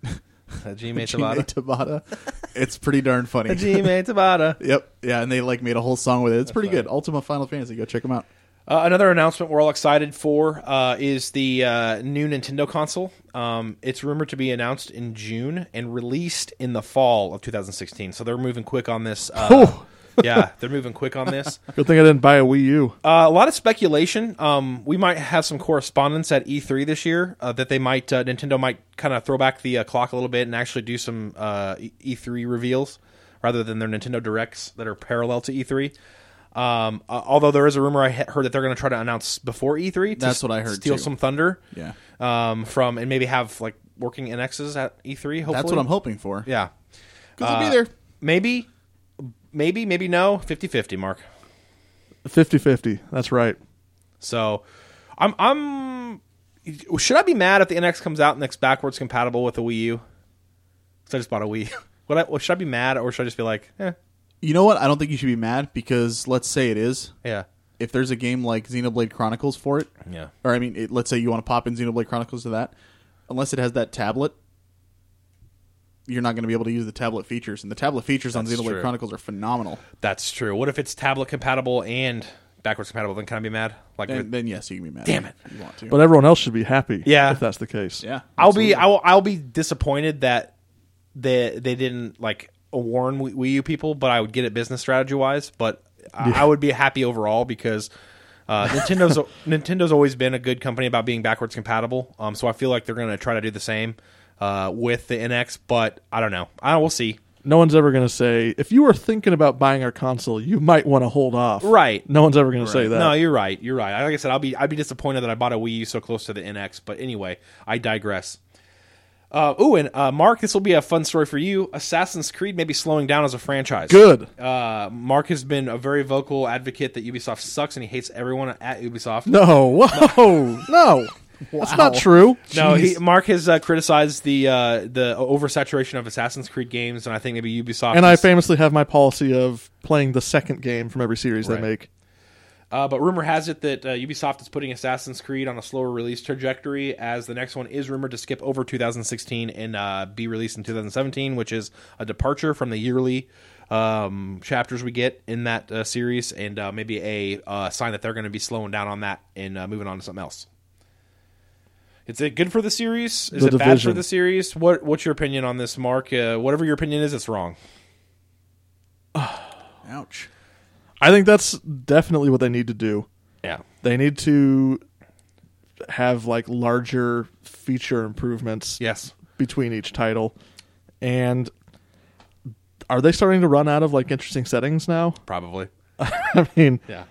[SPEAKER 3] Jimei
[SPEAKER 1] Tabata.
[SPEAKER 3] Tabata. It's pretty darn funny.
[SPEAKER 1] Hajime Tabata.
[SPEAKER 3] Yep. Yeah, and they like made a whole song with it. It's pretty good. Ultima Final Fantasy. Go check them out.
[SPEAKER 1] Uh, another announcement we're all excited for uh, is the uh, new Nintendo console. Um, it's rumored to be announced in June and released in the fall of 2016. So they're moving quick on this. Uh, yeah, they're moving quick on this.
[SPEAKER 2] Good thing I didn't buy a Wii U.
[SPEAKER 1] Uh, a lot of speculation. Um, we might have some correspondence at E3 this year uh, that they might uh, Nintendo might kind of throw back the uh, clock a little bit and actually do some uh, E- E3 reveals rather than their Nintendo directs that are parallel to E3. Um, uh, although there is a rumor I he- heard that they're going to try to announce before E3. To
[SPEAKER 3] That's what I heard,
[SPEAKER 1] Steal
[SPEAKER 3] too.
[SPEAKER 1] some thunder.
[SPEAKER 3] Yeah.
[SPEAKER 1] Um, from and maybe have like working NXs at E3. Hopefully,
[SPEAKER 3] That's what I'm hoping for.
[SPEAKER 1] Yeah. Uh,
[SPEAKER 3] 'Cause it'll be there.
[SPEAKER 1] Maybe, maybe, maybe no. 50-50, Mark.
[SPEAKER 2] 50-50. That's right.
[SPEAKER 1] So, I'm I'm should I be mad if the NX comes out and it's backwards compatible with the Wii U? Because I just bought a Wii. What I, well, should I be mad or should I just be like, eh,
[SPEAKER 3] You know what? I don't think you should be mad because let's say it is.
[SPEAKER 1] yeah,
[SPEAKER 3] If there's a game like Xenoblade Chronicles for it,
[SPEAKER 1] yeah,
[SPEAKER 3] or I mean, it, let's say you want to pop in Xenoblade Chronicles to that, unless it has that tablet, you're not going to be able to use the tablet features. And the tablet features on
[SPEAKER 1] That's
[SPEAKER 3] Xenoblade
[SPEAKER 1] true.
[SPEAKER 3] Chronicles are phenomenal.
[SPEAKER 1] that's true. What if it's tablet compatible and backwards compatible? Then can I be mad? Like,
[SPEAKER 3] Then, then yes, you can be mad.
[SPEAKER 1] Damn it.
[SPEAKER 3] if You want to?
[SPEAKER 2] But everyone else should be happy.
[SPEAKER 1] Yeah.
[SPEAKER 2] If that's the case.
[SPEAKER 3] yeah,
[SPEAKER 1] I'll be I'll, I'll be disappointed that they they didn't like warn Wii Wii U people, but I would get it business strategy wise. But I, I would be happy overall because uh, Nintendo's Nintendo's always been a good company about being backwards compatible. Um, so I feel like they're going to try to do the same uh, with the NX. But I don't know. I we'll see.
[SPEAKER 2] No one's ever going to say, if you were thinking about buying our console, you might want to hold off.
[SPEAKER 1] Right.
[SPEAKER 2] No one's ever going to say that.
[SPEAKER 1] No, you're right. You're right. Like I said, I'll be I'd be disappointed that I bought a Wii U so close to the NX. But anyway, I digress. Uh, ooh, and uh, Mark, this will be a fun story for you. Assassin's Creed may be slowing down as a franchise.
[SPEAKER 2] Good.
[SPEAKER 1] Uh, Mark has been a very vocal advocate that Ubisoft sucks and he hates everyone at Ubisoft.
[SPEAKER 2] No. Whoa. no. That's not true.
[SPEAKER 1] No, he,
[SPEAKER 2] Jeez.
[SPEAKER 1] Mark has uh, criticized the uh, the oversaturation of Assassin's Creed games, and I think maybe Ubisoft.
[SPEAKER 2] And I
[SPEAKER 1] is-
[SPEAKER 2] famously have my policy of playing the second game from every series
[SPEAKER 1] Right.
[SPEAKER 2] they make.
[SPEAKER 1] Uh, but rumor has it that uh, Ubisoft is putting Assassin's Creed on a slower release trajectory, as the next one is rumored to skip over 2016 and uh, be released in 2017, which is a departure from the yearly um, chapters we get in that uh, series, and uh, maybe a uh, sign that they're going to be slowing down on that and uh, moving on to something else. Is it good for the series? Is
[SPEAKER 2] The
[SPEAKER 1] it bad for
[SPEAKER 2] Division.
[SPEAKER 1] the series? What What's your opinion on this, Mark? Uh, whatever your opinion is, it's wrong.
[SPEAKER 3] Ouch.
[SPEAKER 2] I think that's definitely what they need to do.
[SPEAKER 1] Yeah.
[SPEAKER 2] They need to have like larger feature improvements
[SPEAKER 1] Yes.
[SPEAKER 2] between each title. And are they starting to run out of like interesting settings now?
[SPEAKER 1] Probably.
[SPEAKER 2] I mean,
[SPEAKER 1] Yeah.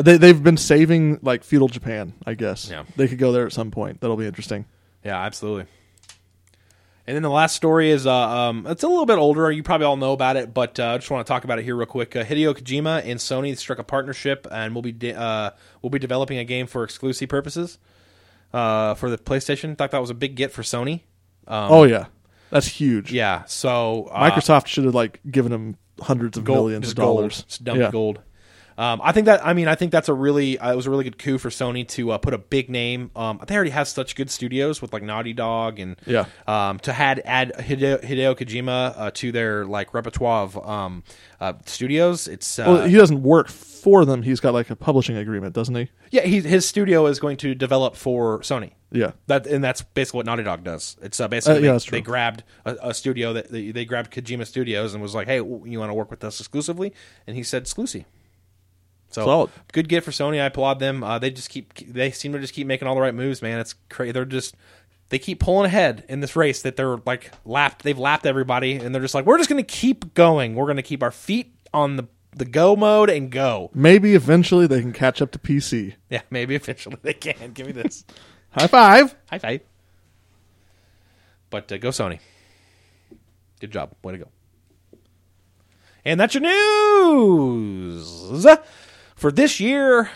[SPEAKER 2] they they've been saving like feudal Japan, I guess.
[SPEAKER 1] Yeah.
[SPEAKER 2] They could go there at some point. That'll be interesting.
[SPEAKER 1] Yeah, absolutely. And then the last story is uh, um, it's a little bit older. You probably all know about it, but uh, I just want to talk about it here real quick. Uh, Hideo Kojima and Sony struck a partnership, and we'll be de- uh, we'll be developing a game for exclusive purposes uh, for the PlayStation. Thought that was a big get for Sony.
[SPEAKER 2] oh yeah. That's huge.
[SPEAKER 1] Um, Yeah, so uh,
[SPEAKER 2] Microsoft should have like given them hundreds of millions of
[SPEAKER 1] just
[SPEAKER 2] dollars.
[SPEAKER 1] Gold, just dumped
[SPEAKER 2] Yeah.
[SPEAKER 1] gold. Um, I think that I mean I think that's a really uh, it was a really good coup for Sony to uh, put a big name. Um, they already have such good studios with like Naughty Dog and
[SPEAKER 2] Yeah.
[SPEAKER 1] Um, to had add Hideo, Hideo Kojima uh, to their like repertoire of um, uh, studios. It's uh,
[SPEAKER 2] Well, he doesn't work for them. He's got like a publishing agreement, doesn't he?
[SPEAKER 1] yeah. He, his studio is going to develop for Sony.
[SPEAKER 2] Yeah.
[SPEAKER 1] That and that's basically what Naughty Dog does. It's uh, basically
[SPEAKER 2] Uh, yeah,
[SPEAKER 1] they,
[SPEAKER 2] that's true.
[SPEAKER 1] they grabbed a, a studio that they, they grabbed Kojima Studios and was like, "Hey, w- you want to work with us exclusively?" And he said, "Exclusive." So
[SPEAKER 2] Solid.
[SPEAKER 1] good get for Sony. I applaud them. Uh, they just keep they seem to just keep making all the right moves, man. It's crazy. They're just they keep pulling ahead in this race that they're like lapped. They've lapped everybody, and they're just like, "We're just going to keep going. We're going to keep our feet on the the go mode and go."
[SPEAKER 2] Maybe eventually they can catch up to PC.
[SPEAKER 1] Yeah, maybe eventually they can. Give me this.
[SPEAKER 2] High five.
[SPEAKER 1] High five. But uh, go Sony. Good job. Way to go. And that's your news for this year,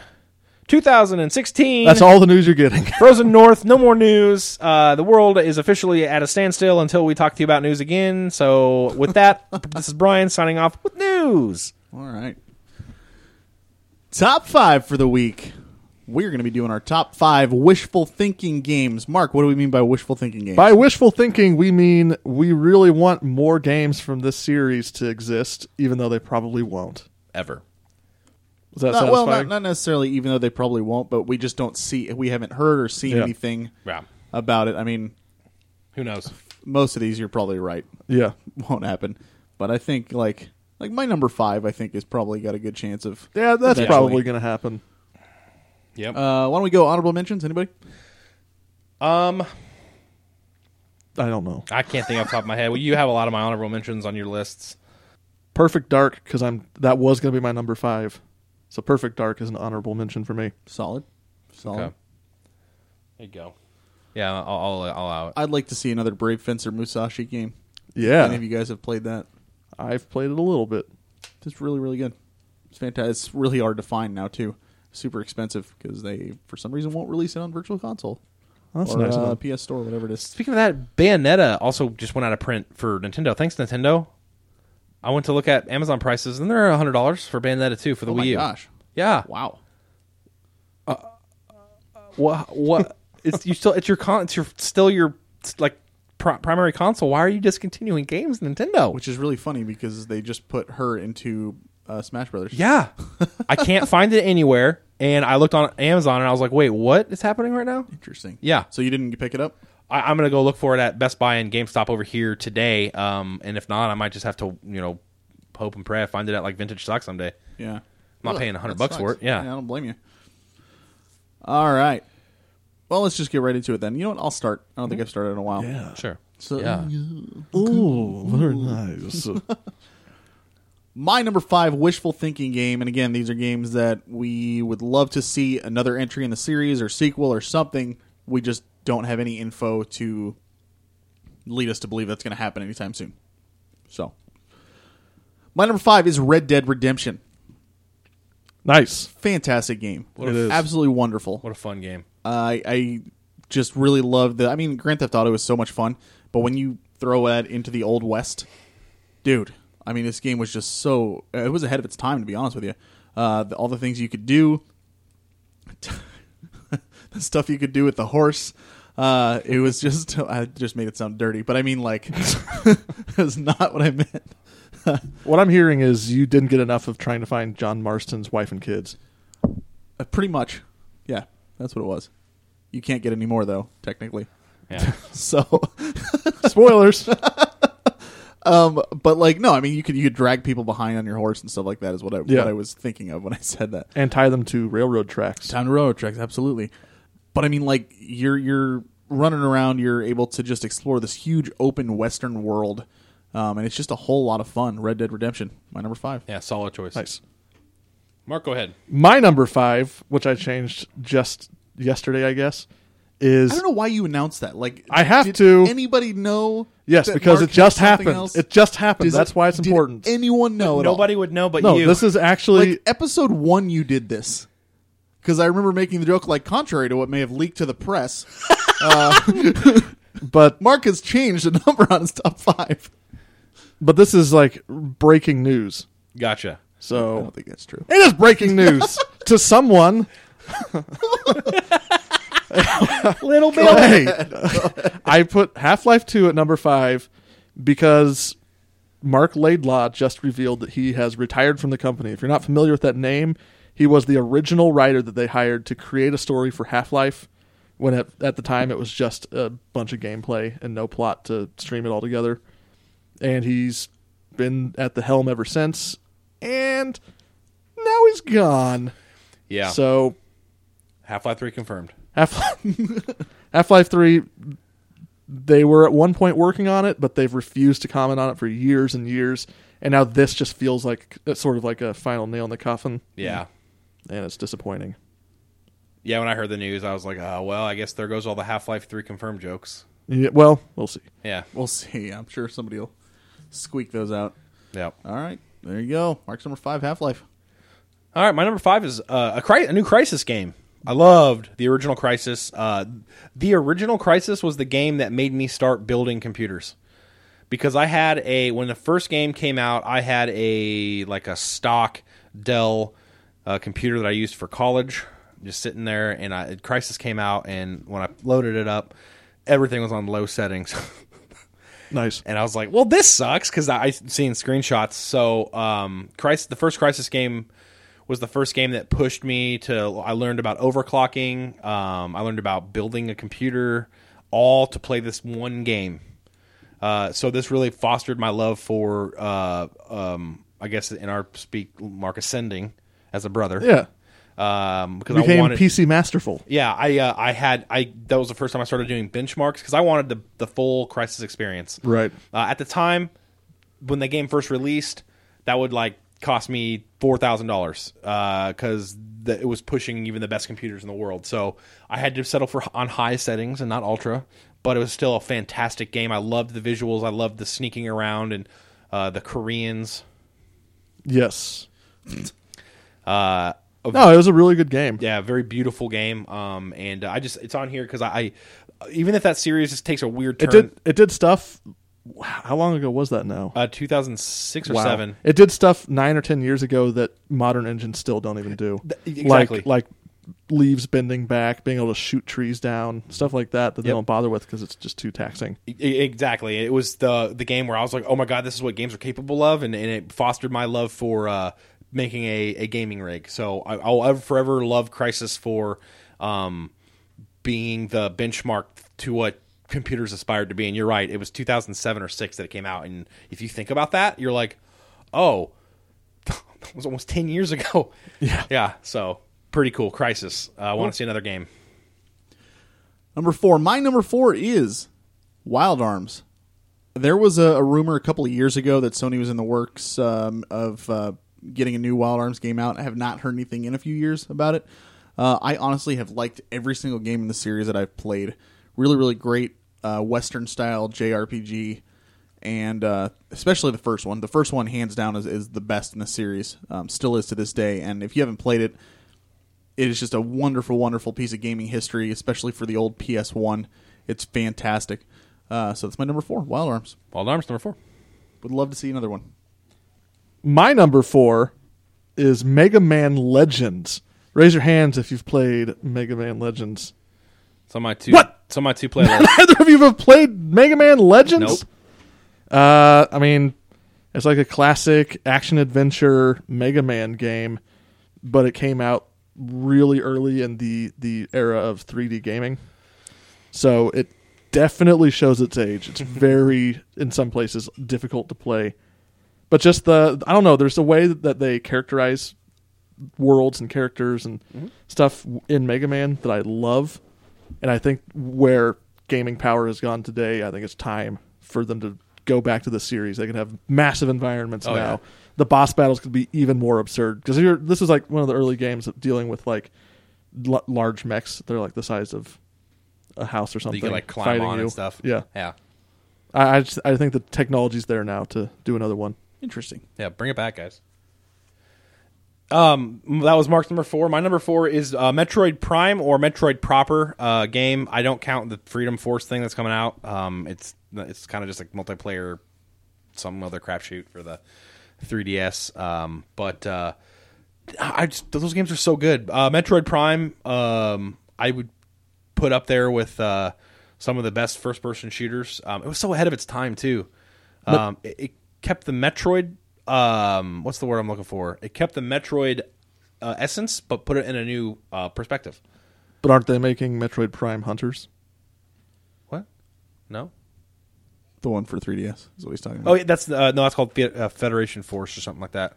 [SPEAKER 1] 2016.
[SPEAKER 2] That's all the news you're getting.
[SPEAKER 1] Frozen North, no more news. Uh, the world is officially at a standstill until we talk to you about news again. So, with that, this is Brian signing off with news.
[SPEAKER 3] All right. Top five for the week. we're going to be doing our top five wishful thinking games. Mark, what do we mean by wishful thinking games?
[SPEAKER 2] By wishful thinking, we mean we really want more games from this series to exist, even though they probably won't.
[SPEAKER 1] ever.
[SPEAKER 2] Is that
[SPEAKER 3] Not- well,
[SPEAKER 2] satisfying?
[SPEAKER 3] not, not necessarily, even though they probably won't, but we just don't see, we haven't heard or seen
[SPEAKER 2] Yeah.
[SPEAKER 3] anything
[SPEAKER 1] Yeah.
[SPEAKER 3] about it. I mean,
[SPEAKER 1] Who knows?
[SPEAKER 3] most of these you're probably right
[SPEAKER 2] yeah,
[SPEAKER 3] won't happen, but I think like like my number five, I think is probably got a good chance of.
[SPEAKER 2] yeah, that's
[SPEAKER 3] Eventually.
[SPEAKER 2] probably going to happen.
[SPEAKER 1] Yep.
[SPEAKER 3] Uh, why don't we go honorable mentions? Anybody?
[SPEAKER 1] um,
[SPEAKER 2] I don't know.
[SPEAKER 1] I can't think off the top of my head. Well, you have a lot of my honorable mentions on your lists.
[SPEAKER 2] Perfect Dark because I'm that was going to be my number five. So Perfect Dark is an honorable mention for me.
[SPEAKER 3] Solid, solid.
[SPEAKER 1] Okay. There you go. Yeah, I'll, I'll, uh, I'll allow it.
[SPEAKER 3] I'd like to see another Brave Fencer Musashi game. Any
[SPEAKER 2] Yeah,
[SPEAKER 3] of you guys have played that?
[SPEAKER 2] I've played it a little bit.
[SPEAKER 3] It's really, really good. It's fantastic. It's really hard to find now too. Super expensive because they, for some reason, won't release it on Virtual Console
[SPEAKER 2] That's
[SPEAKER 3] or
[SPEAKER 2] nice. of
[SPEAKER 3] uh,
[SPEAKER 2] them.
[SPEAKER 3] PS Store, whatever it is.
[SPEAKER 1] Speaking of that, Bayonetta also just went out of print for Nintendo. Thanks, Nintendo. I went to look at Amazon prices, and they're hundred dollars for Bayonetta two for the
[SPEAKER 3] Oh
[SPEAKER 1] Wii
[SPEAKER 3] my
[SPEAKER 1] U.
[SPEAKER 3] gosh!
[SPEAKER 1] Yeah.
[SPEAKER 3] Wow.
[SPEAKER 1] What? What? it's you still it's your con it's your still your like pri- primary console. Why are you discontinuing games, Nintendo?
[SPEAKER 3] Which is really funny because they just put her into uh, Smash Brothers.
[SPEAKER 1] yeah, I can't find it anywhere. And I looked on Amazon, and I was like, "Wait, what is happening right now?"
[SPEAKER 3] Interesting.
[SPEAKER 1] Yeah.
[SPEAKER 3] So you didn't pick it up?
[SPEAKER 1] I, I'm gonna go look for it at Best Buy and GameStop over here today. Um, and if not, I might just have to you know hope and pray I find it at like vintage stock someday.
[SPEAKER 3] Yeah. I'm
[SPEAKER 1] not paying 100 bucks for it. Yeah.
[SPEAKER 3] I don't blame you. All right. Well, let's just get right into it then. You know what? I'll start. I don't think I've started in a while.
[SPEAKER 2] Yeah.
[SPEAKER 1] Sure.
[SPEAKER 3] So
[SPEAKER 1] Mm-hmm. Yeah.
[SPEAKER 2] Ooh, very nice.
[SPEAKER 3] my number five wishful thinking game, and again, these are games that we would love to see another entry in the series or sequel or something. We just don't have any info to lead us to believe that's going to happen anytime soon. So, my number five is Red Dead Redemption.
[SPEAKER 2] nice.
[SPEAKER 3] Fantastic game.
[SPEAKER 2] It is.
[SPEAKER 3] Absolutely wonderful.
[SPEAKER 1] What a fun game.
[SPEAKER 3] I I just really love the. I mean, Grand Theft Auto is so much fun, but when you throw that into the Old West, dude, I mean, this game was just so. It was ahead of its time, to be honest with you. Uh, the, all the things you could do, the stuff you could do with the horse. Uh, it was just I just made it sound dirty, but I mean like that's not what I meant.
[SPEAKER 2] What I'm hearing is you didn't get enough of trying to find John Marston's wife and kids.
[SPEAKER 3] Uh, pretty much, yeah, that's what it was. You can't get any more though, technically.
[SPEAKER 1] Yeah.
[SPEAKER 3] So
[SPEAKER 2] Spoilers.
[SPEAKER 3] Um, but like, no, I mean, you could you could drag people behind on your horse and stuff like that is what I
[SPEAKER 2] Yeah.
[SPEAKER 3] what I was thinking of when I said that.
[SPEAKER 2] and tie them to railroad tracks.
[SPEAKER 3] Down road tracks, absolutely. But I mean, like, you're you're running around. You're able to just explore this huge open Western world, um, and it's just a whole lot of fun. Red Dead Redemption, my number five.
[SPEAKER 1] yeah. Solid choice.
[SPEAKER 2] Nice.
[SPEAKER 1] Mark, go ahead.
[SPEAKER 2] My number five, which I changed just yesterday, I guess, is
[SPEAKER 3] I don't know why you announced that. Like,
[SPEAKER 2] I have
[SPEAKER 3] did
[SPEAKER 2] to-
[SPEAKER 3] Anybody know?
[SPEAKER 2] yes,
[SPEAKER 3] that
[SPEAKER 2] because
[SPEAKER 3] Mark
[SPEAKER 2] it just
[SPEAKER 3] had something
[SPEAKER 2] happened.
[SPEAKER 3] else?
[SPEAKER 2] It just happened.
[SPEAKER 3] Does it-
[SPEAKER 2] That's why it's
[SPEAKER 3] did
[SPEAKER 2] important.
[SPEAKER 3] Anyone know? at all?
[SPEAKER 1] Nobody would know but
[SPEAKER 2] no,
[SPEAKER 1] you.
[SPEAKER 2] this is actually
[SPEAKER 3] like episode one you did this because i remember making the joke like contrary to what may have leaked to the press
[SPEAKER 2] but
[SPEAKER 3] mark has changed the number on his top five
[SPEAKER 2] but this is like breaking news.
[SPEAKER 1] gotcha.
[SPEAKER 3] i
[SPEAKER 2] So
[SPEAKER 3] don't think that's true
[SPEAKER 2] it is breaking news to someone.
[SPEAKER 1] Little bit.
[SPEAKER 2] Hey, I put Half Life Two at number five because Mark Laidlaw just revealed that he has retired from the company. If you're not familiar with that name, he was the original writer that they hired to create a story for Half Life. When at, at the time it was just a bunch of gameplay and no plot to stream it all together, and he's been at the helm ever since, and now he's gone.
[SPEAKER 1] Yeah.
[SPEAKER 2] So
[SPEAKER 1] Half Life Three confirmed.
[SPEAKER 2] Half Half Life Three. They were at one point working on it, but they've refused to comment on it for years and years. And now this just feels like it's sort of like a final nail in the coffin,
[SPEAKER 1] Yeah.
[SPEAKER 2] and it's disappointing.
[SPEAKER 1] Yeah. When I heard the news, I was like, oh, well, I guess there goes all the Half Life Three confirmed jokes.
[SPEAKER 2] Yeah, well, we'll see.
[SPEAKER 1] Yeah.
[SPEAKER 3] we'll see i'm sure somebody will squeak those out
[SPEAKER 1] Yeah.
[SPEAKER 3] all right there you go mark's number five half-life
[SPEAKER 1] All right, my number five is uh, a, cri- a new Crisis game. I loved the original Crisis. Uh, the original Crisis was the game that made me start building computers because I had a when the first game came out, I had a like a stock Dell uh, computer that I used for college. just sitting there. And I, Crisis came out, and when I loaded it up, everything was on low settings.
[SPEAKER 2] Nice.
[SPEAKER 1] and I was like, "Well, this sucks" because I I seen screenshots. So, um, Christ, the first Crisis game was the first game that pushed me to. I learned about overclocking. Um, I learned about building a computer, all to play this one game. Uh, so this really fostered my love for, uh, um, I guess, in our speak, Mark ascending as a brother.
[SPEAKER 2] Yeah.
[SPEAKER 1] Um, because I
[SPEAKER 2] Became
[SPEAKER 1] wanted
[SPEAKER 2] PC masterful.
[SPEAKER 1] yeah, I uh, I had I that was the first time I started doing benchmarks because I wanted the the full Crisis experience.
[SPEAKER 2] Right.
[SPEAKER 1] Uh, at the time when the game first released, that would like cost me four thousand dollars because it was pushing even the best computers in the world. So I had to settle for on high settings and not ultra, but it was still a fantastic game. I loved the visuals. I loved the sneaking around and uh, the Koreans.
[SPEAKER 2] Yes.
[SPEAKER 1] Uh, of-
[SPEAKER 2] No, it was a really good game.
[SPEAKER 1] yeah, very beautiful game. Um, and I just it's on here because I, I even if that series just takes a weird turn.
[SPEAKER 2] It did it did stuff how long ago was that now?
[SPEAKER 1] uh, 2006 or
[SPEAKER 2] Wow.
[SPEAKER 1] seven.
[SPEAKER 2] It did stuff 9 or 10 years ago that modern engines still don't even do.
[SPEAKER 1] Th- exactly.
[SPEAKER 2] Like like leaves bending back, being able to shoot trees down, stuff like that that they
[SPEAKER 1] Yep.
[SPEAKER 2] don't bother with cuz it's just too taxing.
[SPEAKER 1] E- Exactly. It was the the game where I was like, oh my god, this is what games are capable of, and, and it fostered my love for uh, making a, a gaming rig. So I, I'll ever forever love Crisis for um, being the benchmark to what computers aspired to be. And you're right, it was 2007 or six that it came out. And if you think about that, you're like, oh, that was almost 10 years ago. Yeah. Yeah. So pretty cool. Crisis. Uh, I want to see another game.
[SPEAKER 3] Number four. My number four is Wild Arms. There was a, a rumor a couple of years ago that Sony was in the works um, of uh, getting a new Wild Arms game out. I have not heard anything in a few years about it. Uh, I honestly have liked every single game in the series that I've played. Really, really great uh, Western style JRPG, and uh, especially the first one. The first one, hands down, is, is the best in the series. Um, still is to this day. And if you haven't played it, it is just a wonderful, wonderful piece of gaming history, especially for the old PS1. It's fantastic. Uh, so that's my number four, Wild Arms.
[SPEAKER 1] Wild Arms number four.
[SPEAKER 3] Would love to see another one.
[SPEAKER 2] My number four is Mega Man Legends. Raise your hands if you've played Mega Man Legends.
[SPEAKER 1] So my two.
[SPEAKER 2] What?
[SPEAKER 1] So my two playlist.
[SPEAKER 2] Neither of you have played Mega Man Legends.
[SPEAKER 1] Nope.
[SPEAKER 2] Uh, I mean, it's like a classic action adventure Mega Man game, but it came out really early in the the era of 3D gaming, so it definitely shows its age. It's very, in some places, difficult to play. But just the I don't know. There's a way that they characterize worlds and characters and
[SPEAKER 1] Mm-hmm.
[SPEAKER 2] stuff in Mega Man that I love. And I think where gaming power has gone today, I think it's time for them to go back to the series. They can have massive environments
[SPEAKER 1] Oh,
[SPEAKER 2] now.
[SPEAKER 1] yeah.
[SPEAKER 2] The boss battles could be even more absurd because you're this is like one of the early games of dealing with like l- large mechs. They're like the size of a house or
[SPEAKER 1] that
[SPEAKER 2] something.
[SPEAKER 1] you can like climb
[SPEAKER 2] fighting
[SPEAKER 1] on
[SPEAKER 2] you.
[SPEAKER 1] and stuff.
[SPEAKER 2] Yeah,
[SPEAKER 1] yeah,
[SPEAKER 2] I I, just, I think the technology's there now to do another one.
[SPEAKER 3] Interesting.
[SPEAKER 1] yeah. Bring it back, guys. Um, that was Mark's number four. My number four is uh, Metroid Prime or Metroid Proper uh, game. I don't count the Freedom Force thing that's coming out. Um, it's it's kind of just like multiplayer, some other crapshoot for the 3DS. Um, but uh, I just those games are so good. Uh, Metroid Prime, um, I would put up there with uh, some of the best first person shooters. Um, it was so ahead of its time too. Um, it, it kept the Metroid. Um, what's the word I'm looking for? It kept the Metroid uh, essence, but put it in a new uh, perspective.
[SPEAKER 2] But aren't they making Metroid Prime Hunters?
[SPEAKER 1] What? No.
[SPEAKER 3] The one for 3DS is what he's talking about.
[SPEAKER 1] Oh, yeah, that's uh, no. That's called Fe- uh, Federation Force or something like that.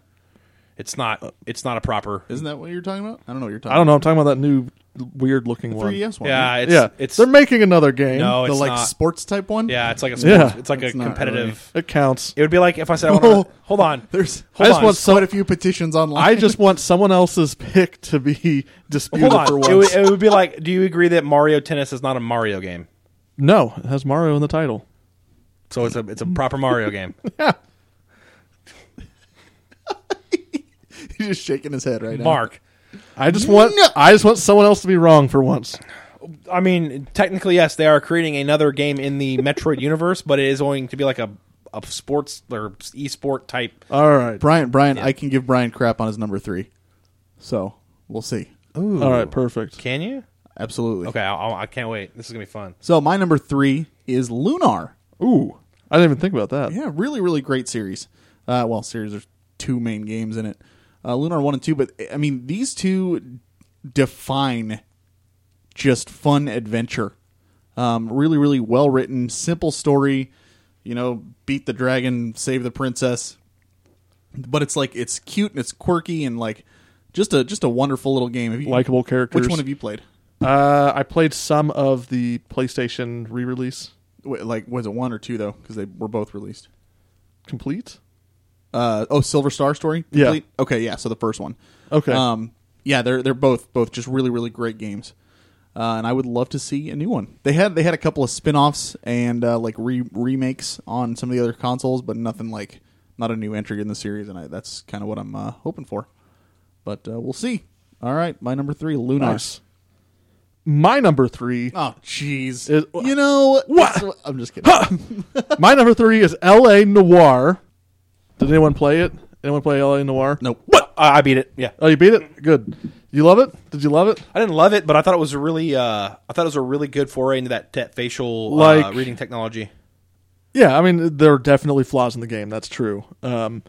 [SPEAKER 1] It's not. It's not a proper.
[SPEAKER 3] Isn't that what you're talking about? I don't know what you're talking
[SPEAKER 2] I don't know. I'm talking about that new weird looking
[SPEAKER 3] about.
[SPEAKER 2] one.
[SPEAKER 3] 3DS one.
[SPEAKER 1] Yeah,
[SPEAKER 3] right?
[SPEAKER 1] it's
[SPEAKER 2] yeah,
[SPEAKER 1] it's
[SPEAKER 2] they're making another game.
[SPEAKER 1] no,
[SPEAKER 3] the
[SPEAKER 1] it's
[SPEAKER 3] like
[SPEAKER 1] not.
[SPEAKER 3] sports type one?
[SPEAKER 1] yeah, it's like a
[SPEAKER 2] Yeah.
[SPEAKER 1] sports- it's like a
[SPEAKER 3] It's not
[SPEAKER 1] competitive.
[SPEAKER 2] it counts.
[SPEAKER 1] It would be like if I said I want to.
[SPEAKER 3] No.
[SPEAKER 1] Hold on.
[SPEAKER 3] There's
[SPEAKER 1] Hold
[SPEAKER 2] I just
[SPEAKER 1] on.
[SPEAKER 2] want some,
[SPEAKER 3] quite a few petitions online.
[SPEAKER 2] I just want someone else's pick to be disputed
[SPEAKER 1] Hold
[SPEAKER 2] for
[SPEAKER 1] on. It
[SPEAKER 2] once.
[SPEAKER 1] would, it would be like, do you agree that Mario Tennis is not a Mario game?
[SPEAKER 2] no, it has Mario in the title.
[SPEAKER 1] So it's a it's a proper Mario game.
[SPEAKER 2] Yeah,
[SPEAKER 3] he's just shaking his head right now.
[SPEAKER 1] Mark,
[SPEAKER 2] I just want I just want someone else to be wrong for once.
[SPEAKER 1] I mean, technically yes, they are creating another game in the Metroid universe, but it is going to be like a a sports or esport type.
[SPEAKER 2] All right,
[SPEAKER 3] Brian, Brian, I can give Brian crap on his number three. So we'll see. Ooh.
[SPEAKER 2] All right, perfect.
[SPEAKER 1] Can you?
[SPEAKER 3] Absolutely.
[SPEAKER 1] Okay, I, I I can't wait. This is gonna be fun.
[SPEAKER 3] So my number three is Lunar.
[SPEAKER 2] Ooh, I didn't even think about that.
[SPEAKER 3] Yeah, really, really great series. Uh, well, series. There's two main games in it, uh, Lunar One and Two. But I mean, these two define just fun adventure. Um, really, really well written, simple story. You know, beat the dragon, save the princess. But it's like it's cute and it's quirky and like just a just a wonderful little game. Have you-
[SPEAKER 2] Likeable characters.
[SPEAKER 3] Which one have you played?
[SPEAKER 2] Uh, I played some of the PlayStation re-release
[SPEAKER 3] Wait, Like, was it one or two though? Because they were both released.
[SPEAKER 2] complete.
[SPEAKER 3] uh oh silver star story
[SPEAKER 2] Yeah.
[SPEAKER 3] okay yeah so the first one
[SPEAKER 2] Okay.
[SPEAKER 3] um yeah they're they're both both just really really great games uh, and i would love to see a new one they had they had a couple of spin-offs and uh, like re- remakes on some of the other consoles but nothing like not a new entry in the series and I, that's kind of what i'm uh, hoping for but uh, we'll see all right my number three lunar
[SPEAKER 2] Nice. My number three.
[SPEAKER 3] oh jeez
[SPEAKER 2] Is-
[SPEAKER 3] you know
[SPEAKER 2] What?
[SPEAKER 3] this- i'm just kidding
[SPEAKER 2] my number three is L.A. Noir. Did anyone play it? Anyone play L.A. Noir?
[SPEAKER 3] nope
[SPEAKER 1] What? I I beat it. Yeah,
[SPEAKER 2] Oh, you beat it. Good. You love it? Did you love it?
[SPEAKER 1] I didn't love it, but I thought it was a really, uh, I thought it was a really good foray into that te- facial uh,
[SPEAKER 2] Like-
[SPEAKER 1] reading technology.
[SPEAKER 2] Yeah, I mean there are definitely flaws in the game. That's true. Um,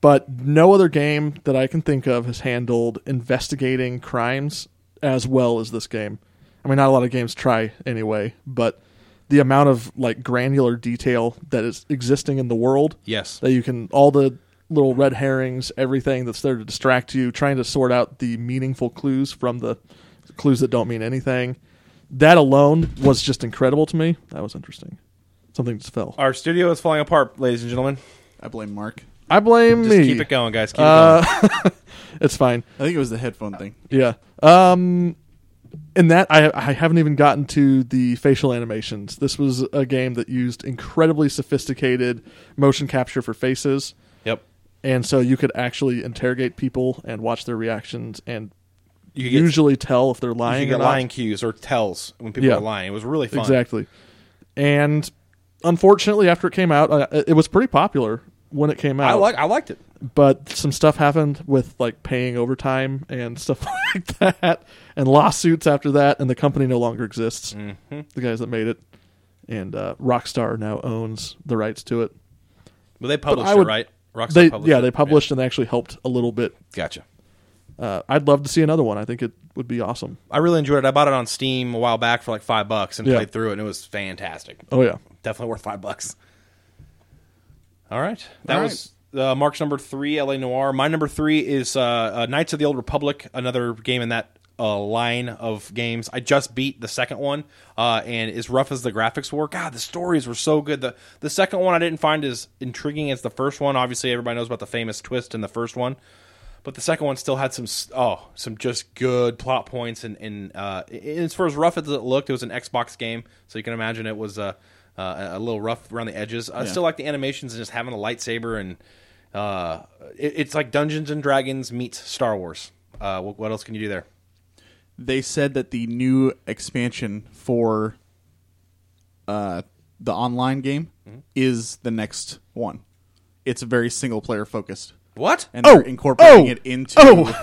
[SPEAKER 2] but no other game that I can think of has handled investigating crimes as well as this game. I mean, not a lot of games try anyway, but the amount of like granular detail that is existing in the world
[SPEAKER 1] Yes.
[SPEAKER 2] that you can all the little red herrings, everything that's there to distract you, trying to sort out the meaningful clues from the clues that don't mean anything. That alone was just incredible to me. That was interesting. Something just fell.
[SPEAKER 1] Our studio is falling apart, ladies and gentlemen.
[SPEAKER 3] i blame mark
[SPEAKER 2] I blame
[SPEAKER 1] Just
[SPEAKER 2] me. Uh,
[SPEAKER 1] keep it going, guys. Keep it going.
[SPEAKER 2] It's fine.
[SPEAKER 3] i think it was the headphone thing
[SPEAKER 2] Yeah. Um and that I I haven't even gotten to the facial animations. This was a game that used incredibly sophisticated motion capture for faces.
[SPEAKER 1] Yep.
[SPEAKER 2] And so you could actually interrogate people and watch their reactions and
[SPEAKER 1] You get,
[SPEAKER 2] usually tell if they're lying
[SPEAKER 1] you
[SPEAKER 2] or
[SPEAKER 1] get
[SPEAKER 2] not.
[SPEAKER 1] lying cues or tells when people
[SPEAKER 2] Yeah.
[SPEAKER 1] are lying. It was really fun.
[SPEAKER 2] Exactly. And unfortunately, after it came out, uh, it was pretty popular when it came out.
[SPEAKER 1] I like. I liked it.
[SPEAKER 2] but some stuff happened with like paying overtime and stuff like that, and lawsuits after that, and the company no longer exists.
[SPEAKER 1] Mm-hmm.
[SPEAKER 2] The guys that made it, and uh, Rockstar now owns the rights to it.
[SPEAKER 1] Well, they published
[SPEAKER 2] I
[SPEAKER 1] it,
[SPEAKER 2] would-
[SPEAKER 1] right? Rockstar
[SPEAKER 2] they
[SPEAKER 1] published
[SPEAKER 2] yeah,
[SPEAKER 1] it.
[SPEAKER 2] they published and they actually helped a little bit.
[SPEAKER 1] Gotcha.
[SPEAKER 2] Uh, I'd love to see another one. I think it would be awesome.
[SPEAKER 1] I really enjoyed it. I bought it on Steam a while back for like five bucks and
[SPEAKER 2] Yeah.
[SPEAKER 1] played through it, and it was fantastic.
[SPEAKER 2] Oh yeah,
[SPEAKER 1] Definitely worth five bucks. All right, that
[SPEAKER 3] All right.
[SPEAKER 1] was uh, Mark's number three, L.A. Noir. My number three is uh, uh, Knights of the Old Republic, another game in that uh, line of games. I just beat the second one, uh, and as rough as the graphics were, God, the stories were so good. the The second one I didn't find as intriguing as the first one. Obviously, everybody knows about the famous twist in the first one, but the second one still had some s- oh some just good plot points and and, uh, and as far as rough as it looked, it was an Xbox game, so you can imagine it was uh, uh, a little rough around the edges. I still like the animations and just having a lightsaber and uh, it, it's like Dungeons and Dragons meets Star Wars. Uh, what, what else can you do there?
[SPEAKER 3] they said that the new expansion for uh, the online game
[SPEAKER 1] Mm-hmm.
[SPEAKER 3] is the next one. It's very single player focused,
[SPEAKER 1] What?
[SPEAKER 3] and they're
[SPEAKER 2] Oh!
[SPEAKER 3] incorporating
[SPEAKER 2] Oh!
[SPEAKER 3] it into.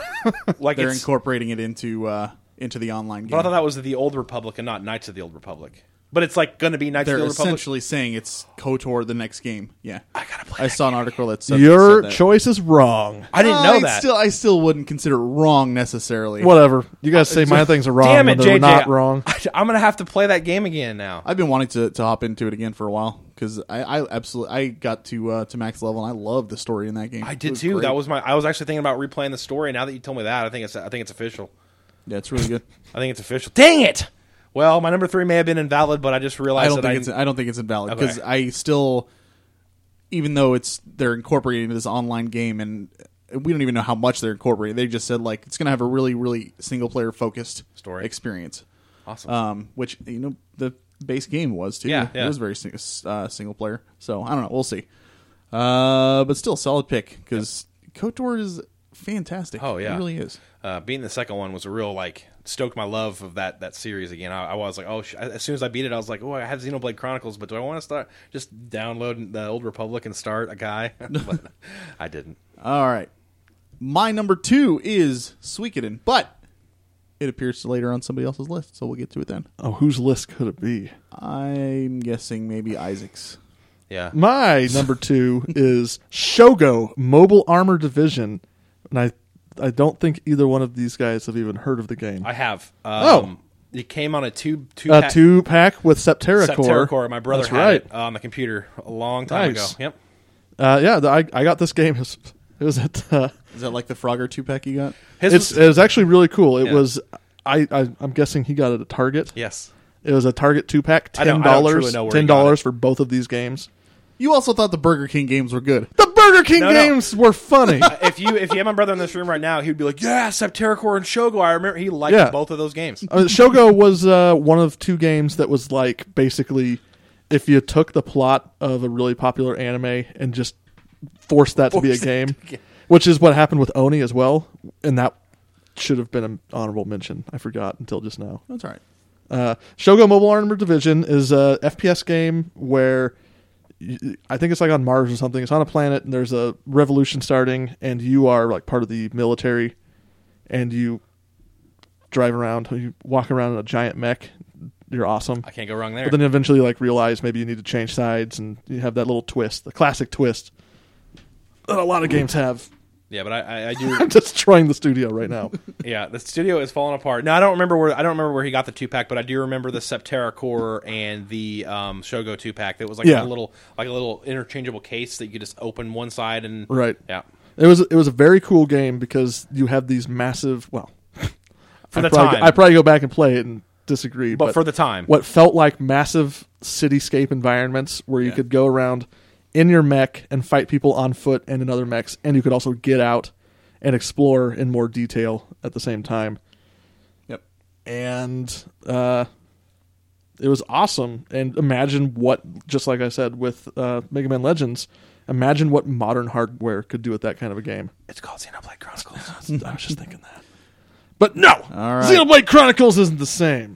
[SPEAKER 1] Like
[SPEAKER 3] they're
[SPEAKER 1] it's,
[SPEAKER 3] incorporating it into uh, into the online game.
[SPEAKER 1] but I thought that was the Old Republic and not Knights of the Old Republic. But it's like going to be Knights
[SPEAKER 3] they're
[SPEAKER 1] of the Old Republic.
[SPEAKER 3] essentially saying it's Kotor the next game. Yeah, I
[SPEAKER 1] gotta play
[SPEAKER 3] I saw an article that said
[SPEAKER 2] your
[SPEAKER 3] said that.
[SPEAKER 2] choice is wrong.
[SPEAKER 1] I didn't know
[SPEAKER 3] I
[SPEAKER 1] that.
[SPEAKER 3] Still, I still wouldn't consider it wrong necessarily.
[SPEAKER 2] Whatever. You guys say my things are wrong,
[SPEAKER 1] Uh, Damn
[SPEAKER 2] when
[SPEAKER 1] it,
[SPEAKER 2] they're
[SPEAKER 1] JJ!
[SPEAKER 2] not wrong.
[SPEAKER 1] I, am gonna have to play that game again now.
[SPEAKER 3] I've been wanting to, to hop into it again for a while because I, I absolutely I got to uh, to max level and I love the story in that game.
[SPEAKER 1] I
[SPEAKER 3] It
[SPEAKER 1] did too.
[SPEAKER 3] great.
[SPEAKER 1] That was my. I was actually thinking about replaying the story. Now that you told me that, I think it's. I think it's official.
[SPEAKER 3] yeah, it's really good.
[SPEAKER 1] I think it's official. Dang it! Well, my number three may have been invalid, but I just
[SPEAKER 3] I
[SPEAKER 1] realized
[SPEAKER 3] don't
[SPEAKER 1] that
[SPEAKER 3] think it's I don't think it's invalid
[SPEAKER 1] Okay.
[SPEAKER 3] because I still, even though it's they're incorporating this online game and we don't even know how much they're incorporating. They just said like it's going to have a really really single player focused
[SPEAKER 1] Story.
[SPEAKER 3] experience,
[SPEAKER 1] awesome.
[SPEAKER 3] um, which you know the base game was too.
[SPEAKER 1] Yeah, yeah.
[SPEAKER 3] it was very sing- uh, single player. So I don't know. We'll see. Uh, but still solid pick because Kotor is fantastic.
[SPEAKER 1] Oh, yeah.
[SPEAKER 3] it really is.
[SPEAKER 1] uh, beating the second one was a real like stoked my love of that that series again. I, I was like, oh, sh-. as soon as I beat it, I was like, oh, I have Xenoblade Chronicles, but do I want to start just download the Old Republic and start a guy? but I didn't.
[SPEAKER 3] All right. My number two is Suikoden, but it appears later on somebody else's list, so we'll get to it then.
[SPEAKER 2] Oh, whose list could it be?
[SPEAKER 3] I'm guessing maybe Isaac's.
[SPEAKER 4] Yeah.
[SPEAKER 2] My number two is Shogo Mobile Armor Division, and I I don't think either one of these guys have even heard of the game.
[SPEAKER 1] I have.
[SPEAKER 2] Oh.
[SPEAKER 1] Um, it came on a two two
[SPEAKER 2] A
[SPEAKER 1] pack-
[SPEAKER 2] two pack with Septerra Core.
[SPEAKER 1] Septerra core. My brother
[SPEAKER 2] That's
[SPEAKER 1] had
[SPEAKER 2] right.
[SPEAKER 1] it on the computer a long time
[SPEAKER 2] Nice.
[SPEAKER 1] ago. Yep.
[SPEAKER 2] Uh, yeah, the, I I got this game. It was, it was at uh,
[SPEAKER 3] Is that like the Frogger two pack you got?
[SPEAKER 1] His
[SPEAKER 2] it's
[SPEAKER 1] was-
[SPEAKER 2] it was actually really cool. It
[SPEAKER 1] Yeah.
[SPEAKER 2] was I, I I'm guessing he got it at Target.
[SPEAKER 1] yes.
[SPEAKER 2] It was a Target two pack,
[SPEAKER 1] I don't-
[SPEAKER 2] ten
[SPEAKER 1] I don't truly
[SPEAKER 2] dollars,
[SPEAKER 1] know where he
[SPEAKER 2] ten
[SPEAKER 1] got
[SPEAKER 2] dollars for both of these games.
[SPEAKER 3] You also thought the Burger King games were good.
[SPEAKER 2] The Burger King
[SPEAKER 1] No, no.
[SPEAKER 2] games were funny.
[SPEAKER 1] Uh, if you if you had my brother in this room right now, he'd be like, "Yeah, Septerra core and Shogo." I remember he liked
[SPEAKER 2] Yeah.
[SPEAKER 1] both of those games.
[SPEAKER 2] I mean, Uh, Shogo was uh, one of two games that was like basically if you took the plot of a really popular anime and just forced that to be a
[SPEAKER 1] Forced it
[SPEAKER 2] game, which is what happened with Oni as well, and that should have been an honorable mention. I forgot until just now.
[SPEAKER 3] That's all right.
[SPEAKER 2] Uh, Shogo Mobile Armor Division is a FPS game where you, I think it's like on Mars or something. It's on a planet and there's a revolution starting, and you are like part of the military, and you drive around, you walk around in a giant mech. You're awesome.
[SPEAKER 1] I can't go wrong there.
[SPEAKER 2] But then eventually, like realize maybe you need to change sides, and you have that little twist, the classic twist that a
[SPEAKER 1] Hmm.
[SPEAKER 2] lot of games have.
[SPEAKER 1] yeah, but I, I, I do.
[SPEAKER 2] I'm destroying the studio right now.
[SPEAKER 1] yeah, the studio is falling apart. No, I don't remember where I don't remember where he got the two pack, but I do remember the Septerra core and the um, Shogo two pack. That was like a
[SPEAKER 2] Yeah.
[SPEAKER 1] little like a little interchangeable case that you could just open one side and
[SPEAKER 2] Right.
[SPEAKER 1] Yeah,
[SPEAKER 2] It was it was a very cool game because you have these massive. Well,
[SPEAKER 1] for
[SPEAKER 2] I
[SPEAKER 1] the
[SPEAKER 2] probably,
[SPEAKER 1] time.
[SPEAKER 2] I probably go back and play it and disagree,
[SPEAKER 1] but, for the time,
[SPEAKER 2] what felt like massive cityscape environments where you
[SPEAKER 3] Yeah.
[SPEAKER 2] could go around in your mech and fight people on foot and in other mechs, and you could also get out and explore in more detail at the same time.
[SPEAKER 3] Yep.
[SPEAKER 2] And uh, it was awesome. And imagine what, just like I said with uh, Mega Man Legends, imagine what modern hardware could do with that kind of a game.
[SPEAKER 1] it's called Xenoblade Chronicles.
[SPEAKER 2] I was just thinking that. But no,
[SPEAKER 3] All right.
[SPEAKER 2] Xenoblade Chronicles isn't the same.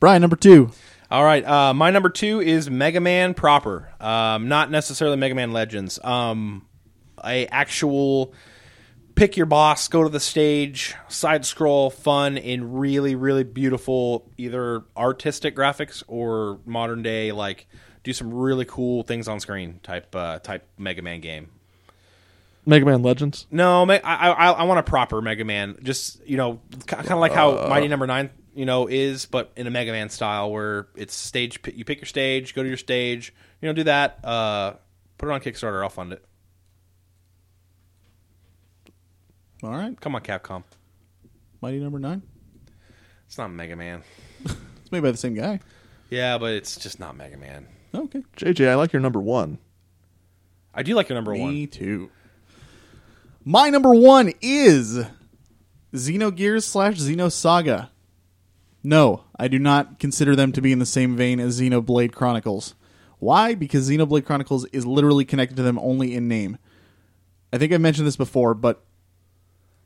[SPEAKER 3] Brian number two.
[SPEAKER 1] All right, uh, my number two is Mega Man proper, um, not necessarily Mega Man Legends. Um, a actual pick your boss, go to the stage, side scroll, fun, and really, really beautiful either artistic graphics or modern day like do some really cool things on screen type uh, type Mega Man game.
[SPEAKER 2] Mega Man Legends.
[SPEAKER 1] No, Ma- I, I I want a proper Mega Man. Just you know, kind of like
[SPEAKER 2] Uh.
[SPEAKER 1] how Mighty Number Nine you know is, but in a Mega Man style where it's stage. pi- You pick your stage, go to your stage. You know, do that. Uh, put it on Kickstarter. I'll fund it.
[SPEAKER 3] All right.
[SPEAKER 1] Come on, Capcom.
[SPEAKER 3] Mighty number nine.
[SPEAKER 1] It's not Mega Man.
[SPEAKER 3] It's made by the same guy.
[SPEAKER 1] Yeah, but it's just not Mega Man.
[SPEAKER 3] Okay.
[SPEAKER 2] JJ, I like your number one.
[SPEAKER 1] I do like your number
[SPEAKER 3] Me
[SPEAKER 1] one.
[SPEAKER 3] too. My number one is Xenogears slash Xenosaga. No, I do not consider them to be in the same vein as Xenoblade Chronicles. Why? Because Xenoblade Chronicles is literally connected to them only in name. I think I mentioned this before, but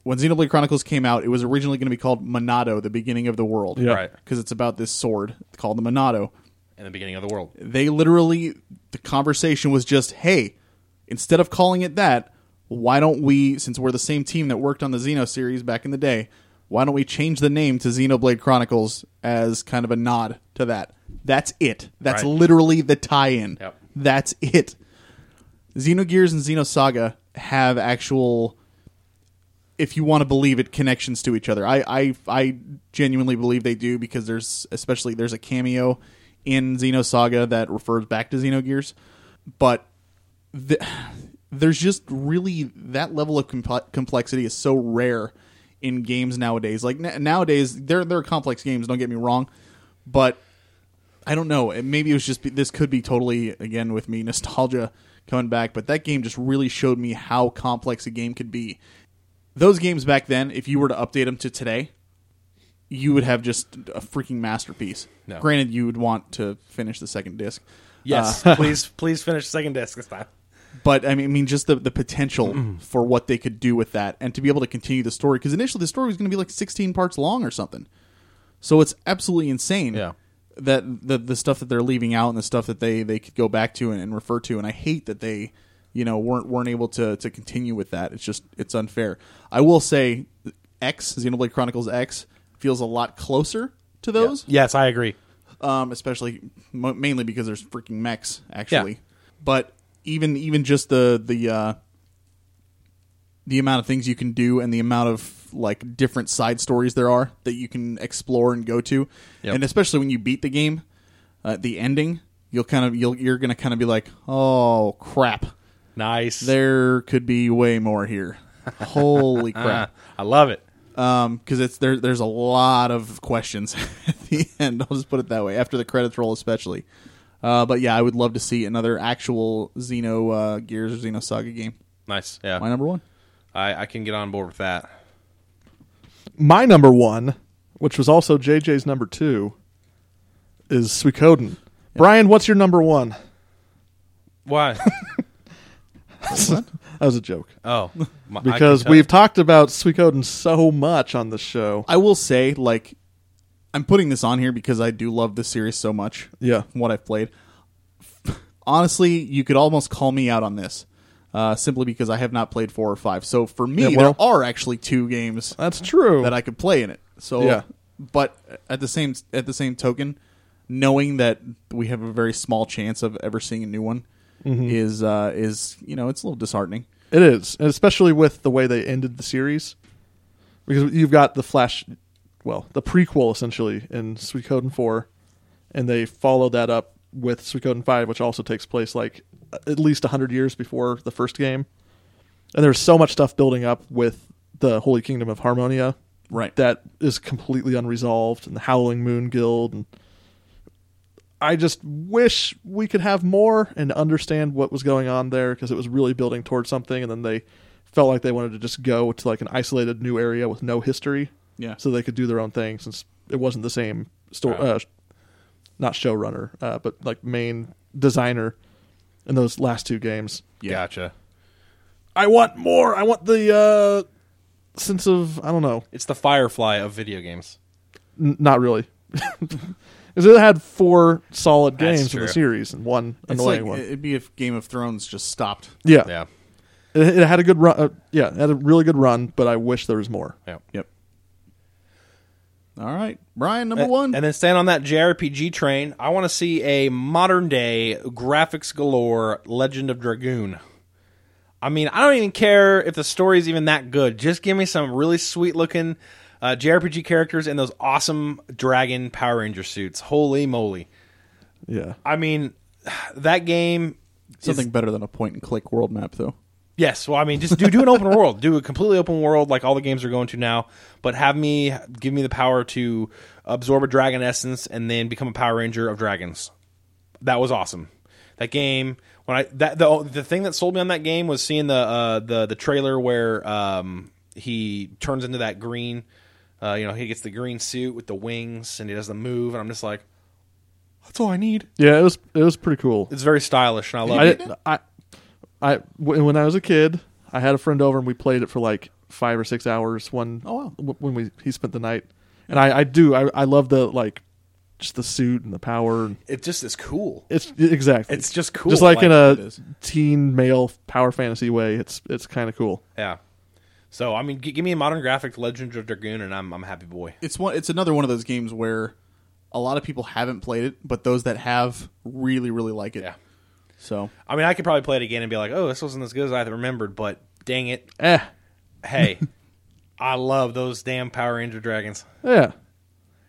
[SPEAKER 3] when Xenoblade Chronicles came out, it was originally going to be called Monado, the beginning of the world.
[SPEAKER 2] Yeah.
[SPEAKER 1] Right.
[SPEAKER 3] Because it's about this sword called the Monado
[SPEAKER 1] In the beginning of the world.
[SPEAKER 3] they literally the conversation was just hey instead of calling it that why don't we since we're the same team that worked on the xeno series back in the day why don't we change the name to xenoblade chronicles as kind of a nod to that that's it that's
[SPEAKER 1] Right.
[SPEAKER 3] literally the tie-in
[SPEAKER 1] Yep.
[SPEAKER 3] that's it xenogears and xenosaga have actual if you want to believe it, connections to each other. I, I I genuinely believe they do because there's especially there's a cameo in Xenosaga that refers back to Xenogears, but the, there's just really that level of comp- complexity is so rare in games nowadays. Like n- nowadays, they're they're complex games. Don't get me wrong, but I don't know. It- Maybe it was just be- this could be totally again with me nostalgia coming back, but that game just really showed me how complex a game could be. Those games back then, if you were to update them to today, you would have just a freaking masterpiece.
[SPEAKER 1] No.
[SPEAKER 3] Granted, you would want to finish the second disc. Uh,
[SPEAKER 1] Yes, please, please finish second disc this time.
[SPEAKER 3] but I mean, I mean, just the the potential for what they could do with that, and to be able to continue the story because initially the story was going to be like 16 parts long or something. So it's absolutely insane.
[SPEAKER 1] Yeah.
[SPEAKER 3] That the the stuff that they're leaving out and the stuff that they they could go back to and, and refer to, and I hate that they you know weren't weren't able to to continue with that. It's just it's unfair. I will say X Xenoblade Chronicles X. If feels a lot closer to those,
[SPEAKER 1] Yes, I agree.
[SPEAKER 3] um, especially mo- mainly because there's freaking mechs actually. But even even just the the uh, the amount of things you can do and the amount of like different side stories there are that you can explore and go to,
[SPEAKER 1] Yep.
[SPEAKER 3] and especially when you beat the game, uh, the ending you'll kind of you'll you're gonna kind of be like, oh crap,
[SPEAKER 1] Nice.
[SPEAKER 3] there could be way more here. Holy
[SPEAKER 1] Ah,
[SPEAKER 3] crap!
[SPEAKER 1] I love it.
[SPEAKER 3] um because it's there there's a lot of questions at the end i'll just put it that way after the credits roll especially uh but yeah i would love to see another actual xeno uh gears or xeno saga game
[SPEAKER 1] Nice. Yeah.
[SPEAKER 3] my number one
[SPEAKER 1] I, I can get on board with that.
[SPEAKER 2] My number one, which was also JJ's number two, is Suikoden. Brian, what's your number one?
[SPEAKER 1] Why?
[SPEAKER 2] that was a joke.
[SPEAKER 1] oh, my, I can
[SPEAKER 2] Because
[SPEAKER 1] tell.
[SPEAKER 2] we've talked about Suikoden so much on the show.
[SPEAKER 3] i will say like i'm putting this on here because i do love this series so much
[SPEAKER 2] Yeah.
[SPEAKER 3] from what i've played honestly you could almost call me out on this uh, simply because I have not played four or five, so for me
[SPEAKER 2] Yeah, well-
[SPEAKER 3] there are actually two games
[SPEAKER 2] That's true.
[SPEAKER 3] that I could play in it. So
[SPEAKER 2] Yeah.
[SPEAKER 3] but at the same at the same token, knowing that we have a very small chance of ever seeing a new one
[SPEAKER 2] Mm-hmm.
[SPEAKER 3] is uh is you know, it's a little disheartening.
[SPEAKER 2] It is, and especially with the way they ended the series, because you've got the Flash, well, the prequel essentially in Suikoden Four, and they follow that up with Suikoden Five, which also takes place like at least hundred years before the first game. And there's so much stuff building up with the Holy Kingdom of Harmonia,
[SPEAKER 3] Right.
[SPEAKER 2] That is completely unresolved, and the Howling Moon Guild, and I just wish we could have more and understand what was going on there because it was really building towards something, and then they felt like they wanted to just go to like an isolated new area with no history,
[SPEAKER 3] Yeah.
[SPEAKER 2] so they could do their own thing since it wasn't the same store, uh, not showrunner, uh, but like main designer in those last two games.
[SPEAKER 3] Yeah.
[SPEAKER 1] Gotcha.
[SPEAKER 2] I want more. I want the uh, sense of I don't know,
[SPEAKER 1] It's the Firefly of video games.
[SPEAKER 2] N- not really. Because it had four solid
[SPEAKER 1] That's
[SPEAKER 2] games in the
[SPEAKER 1] true.
[SPEAKER 2] series and one
[SPEAKER 3] It's
[SPEAKER 2] annoying
[SPEAKER 3] like,
[SPEAKER 2] one.
[SPEAKER 3] it'd be if Game of Thrones just stopped.
[SPEAKER 2] yeah,
[SPEAKER 1] Yeah.
[SPEAKER 2] It, it had a good run. Uh, yeah, it had a really good run, but I wish there was more.
[SPEAKER 1] Yeah.
[SPEAKER 3] Yep. All right. Brian number 1.
[SPEAKER 1] And then staying on that JRPG train, I want to see a modern day graphics galore Legend of Dragoon. I mean, I don't even care if the story's even that good. Just give me some really sweet looking uh, JRPG characters and those awesome dragon Power Ranger suits. Holy moly.
[SPEAKER 2] Yeah,
[SPEAKER 1] I mean, that game.
[SPEAKER 3] Something better than a point and click world map though.
[SPEAKER 1] Yes, well, I mean, just do do an open world, do a completely open world like all the games are going to now. But have me give me the power to absorb a dragon essence and then become a Power Ranger of dragons. That was awesome. That game when I that the the thing that sold me on that game was seeing the uh, the the trailer where um, he turns into that green, uh, you know, he gets the green suit with the wings and he does the move, and I'm just like, that's all I need.
[SPEAKER 2] yeah, it was it was pretty cool.
[SPEAKER 1] It's very stylish and I love
[SPEAKER 2] I,
[SPEAKER 1] it.
[SPEAKER 2] didn't- I, I, w- when I was a kid, I had a friend over and we played it for like five or six hours. One,
[SPEAKER 3] Oh, wow.
[SPEAKER 2] w- when we he spent the night, and I, I do I, I love the like, just the suit and the power. And
[SPEAKER 1] It just is cool.
[SPEAKER 2] it's exactly
[SPEAKER 1] It's just cool,
[SPEAKER 2] just like,
[SPEAKER 1] like
[SPEAKER 2] in
[SPEAKER 3] it
[SPEAKER 2] a
[SPEAKER 3] is.
[SPEAKER 2] teen male power fantasy way. It's it's kind of cool.
[SPEAKER 1] Yeah. So I mean, g- give me a modern graphic Legend of Dragoon, and I'm I'm a happy boy.
[SPEAKER 3] It's one it's another one of those games where a lot of people haven't played it, but those that have really really like it.
[SPEAKER 1] Yeah.
[SPEAKER 3] So,
[SPEAKER 1] I mean, I could probably play it again and be like, oh, this wasn't as good as I remembered, but dang it,
[SPEAKER 2] Eh,
[SPEAKER 1] hey, I love those damn Power Ranger dragons.
[SPEAKER 2] yeah.
[SPEAKER 1] And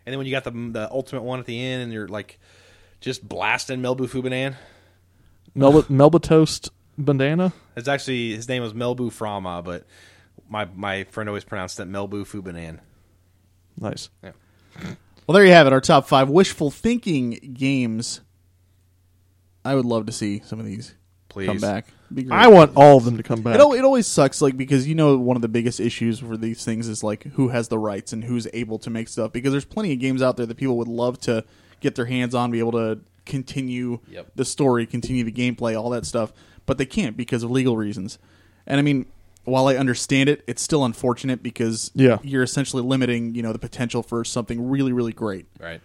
[SPEAKER 1] then when you got the the ultimate one at the end, and you're like just blasting Melbu Fubanan.
[SPEAKER 2] Melba, Melba toast bandana.
[SPEAKER 1] It's actually his name was Melbu Frama, but my my friend always pronounced it Melbu Fubanan.
[SPEAKER 2] Nice.
[SPEAKER 3] well there you have it, our top 5 wishful thinking games. I would love to see some of these
[SPEAKER 1] Please
[SPEAKER 3] come back. Be great.
[SPEAKER 2] I want all of them to come back.
[SPEAKER 3] It, al- it always sucks, like because you know one of the biggest issues for these things is like who has the rights and who's able to make stuff. Because there's plenty of games out there that people would love to get their hands on, be able to continue
[SPEAKER 1] Yep.
[SPEAKER 3] the story, continue the gameplay, all that stuff, but they can't because of legal reasons. And I mean, while I understand it, it's still unfortunate because
[SPEAKER 2] Yeah.
[SPEAKER 3] you're essentially limiting, you know, the potential for something really, really great.
[SPEAKER 1] Right.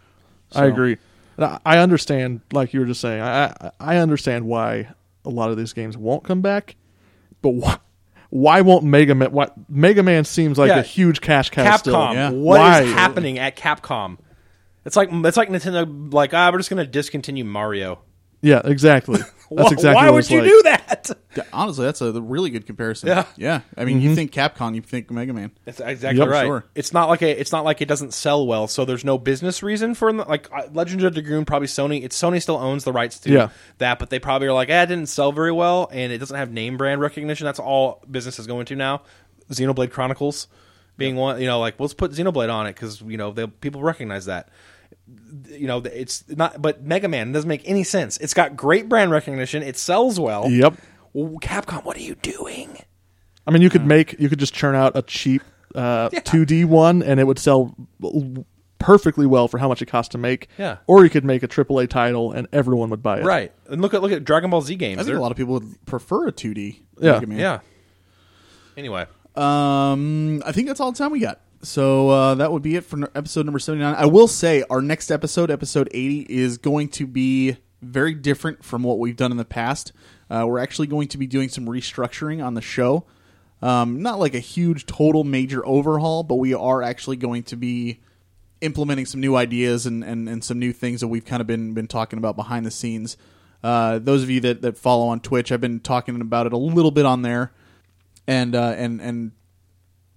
[SPEAKER 2] I agree. And I- I understand, like you were just saying, I I I understand why a lot of these games won't come back, but why, why won't Mega Man? What Mega Man seems like
[SPEAKER 1] Yeah.
[SPEAKER 2] a huge cash cow.
[SPEAKER 1] Capcom.
[SPEAKER 2] Still.
[SPEAKER 1] What is
[SPEAKER 3] Yeah.
[SPEAKER 2] Why?
[SPEAKER 1] happening at Capcom? It's like it's like Nintendo. Like ah, we're just gonna discontinue Mario.
[SPEAKER 2] Yeah, exactly. That's
[SPEAKER 1] Why-
[SPEAKER 2] exactly.
[SPEAKER 1] Why
[SPEAKER 2] what
[SPEAKER 1] would
[SPEAKER 2] it's
[SPEAKER 1] you
[SPEAKER 2] like.
[SPEAKER 1] do that?
[SPEAKER 3] Yeah, honestly, that's a really good comparison.
[SPEAKER 1] Yeah.
[SPEAKER 3] yeah. I mean, you think Capcom, you think Mega Man.
[SPEAKER 1] That's exactly
[SPEAKER 2] Yep,
[SPEAKER 1] right.
[SPEAKER 3] sure.
[SPEAKER 1] It's not like a, it's not like it doesn't sell well, so there's no business reason for like uh, Legend of Dragoon. Probably Sony. It's Sony still owns the rights to
[SPEAKER 2] Yeah.
[SPEAKER 1] that, but they probably are like, eh, it didn't sell very well, and it doesn't have name brand recognition. That's all business is going to now. Xenoblade Chronicles being one, you know, like let's put Xenoblade on it because you know they, people recognize that. You know, it's not, but Mega Man doesn't make any sense. It's got great brand recognition. It sells well.
[SPEAKER 2] Yep.
[SPEAKER 1] Well, Capcom, what are you doing?
[SPEAKER 2] I mean, you could make you could just churn out a cheap uh, 2D one, and it would sell l- perfectly well for how much it cost to make.
[SPEAKER 1] Yeah.
[SPEAKER 2] Or you could make a AAA title, and everyone would buy it.
[SPEAKER 1] Right, and look at look at Dragon Ball Z games.
[SPEAKER 3] I think
[SPEAKER 1] They're-
[SPEAKER 3] a lot of people would prefer a 2D
[SPEAKER 2] Yeah.
[SPEAKER 3] Mega Man.
[SPEAKER 1] Yeah. Anyway,
[SPEAKER 3] Um, I think that's all the time we got. So uh, that would be it for n- episode number 79. I will say our next episode, episode 80, is going to be very different from what we've done in the past. Uh, we're actually going to be doing some restructuring on the show. Um, not like a huge, total, major overhaul, but we are actually going to be implementing some new ideas and, and, and some new things that we've kind of been been talking about behind the scenes. Uh, those of you that, that follow on Twitch, I've been talking about it a little bit on there, and uh, and and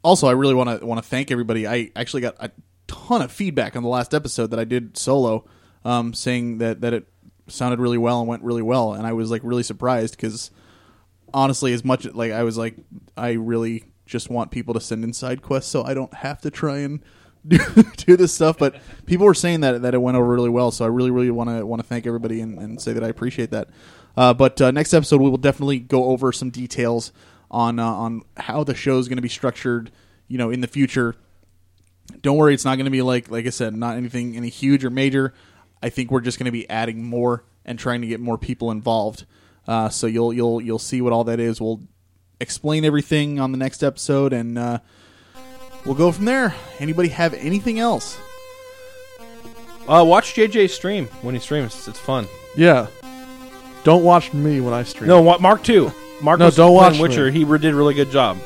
[SPEAKER 3] also I really want to want to thank everybody. I actually got a ton of feedback on the last episode that I did solo, um, saying that that it sounded really well and went really well, and I was like really surprised because honestly, as much like I was like, I really just want people to send in side quests so I don't have to try and do, do this stuff. But people were saying that that it went over really well, so I really really want to want to thank everybody and, and say that I appreciate that. Uh, but uh, next episode, we will definitely go over some details on uh, on how the show is going to be structured. You know, in the future, don't worry it's not going to be like like i said not anything any huge or major i think we're just going to be adding more and trying to get more people involved uh, so you'll you'll you'll see what all that is we'll explain everything on the next episode and uh, we'll go from there anybody have anything else
[SPEAKER 1] uh, watch JJ stream when he streams. It's fun.
[SPEAKER 2] Yeah. Don't watch me when I stream.
[SPEAKER 1] No, wa- Mark two. Mark
[SPEAKER 2] No,
[SPEAKER 1] was
[SPEAKER 2] don't
[SPEAKER 1] playing
[SPEAKER 2] watch
[SPEAKER 1] Witcher. He re- did a really good job.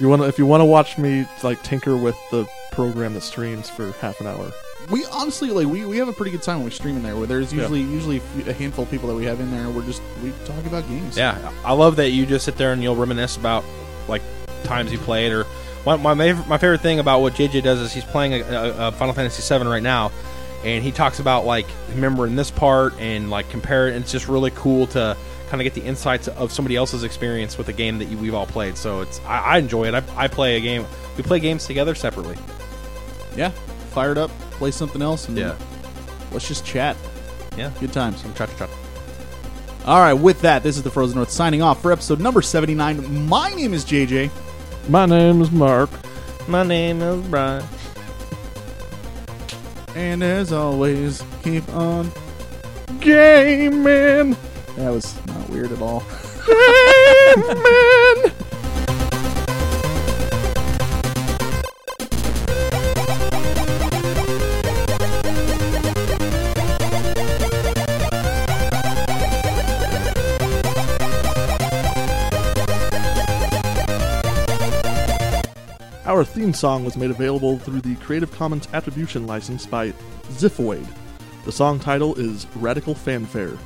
[SPEAKER 2] You want if you want to watch me like tinker with the program that streams for half an hour.
[SPEAKER 3] we honestly like we, we have a pretty good time when we stream in there where there's usually usually a few- a handful of people that we have in there and we're just we talk about games
[SPEAKER 1] Yeah, I love that you just sit there and you'll reminisce about like times you played or my my, mav- my favorite thing about what JJ does is he's playing a, a, a Final Fantasy VII right now, and he talks about like remembering this part and like compare it. And it's just really cool to kind of get the insights of somebody else's experience with a game that you, we've all played. So it's I, I enjoy it. I, I play a game. We play games together separately.
[SPEAKER 3] yeah fire it up play something else and
[SPEAKER 1] Yeah.
[SPEAKER 3] let's just chat
[SPEAKER 1] Yeah.
[SPEAKER 3] good times
[SPEAKER 1] Cha cha cha.
[SPEAKER 3] All right, with that, this is the Frozen North signing off for episode number 79. My name is JJ.
[SPEAKER 2] My name is Mark.
[SPEAKER 1] My name is Brian.
[SPEAKER 3] And as always, keep on.
[SPEAKER 2] Gaming.
[SPEAKER 3] That was not weird at all.
[SPEAKER 2] Gaming. Our theme song was made available through the Creative Commons Attribution License by Zifoid. The song title is Radical Fanfare.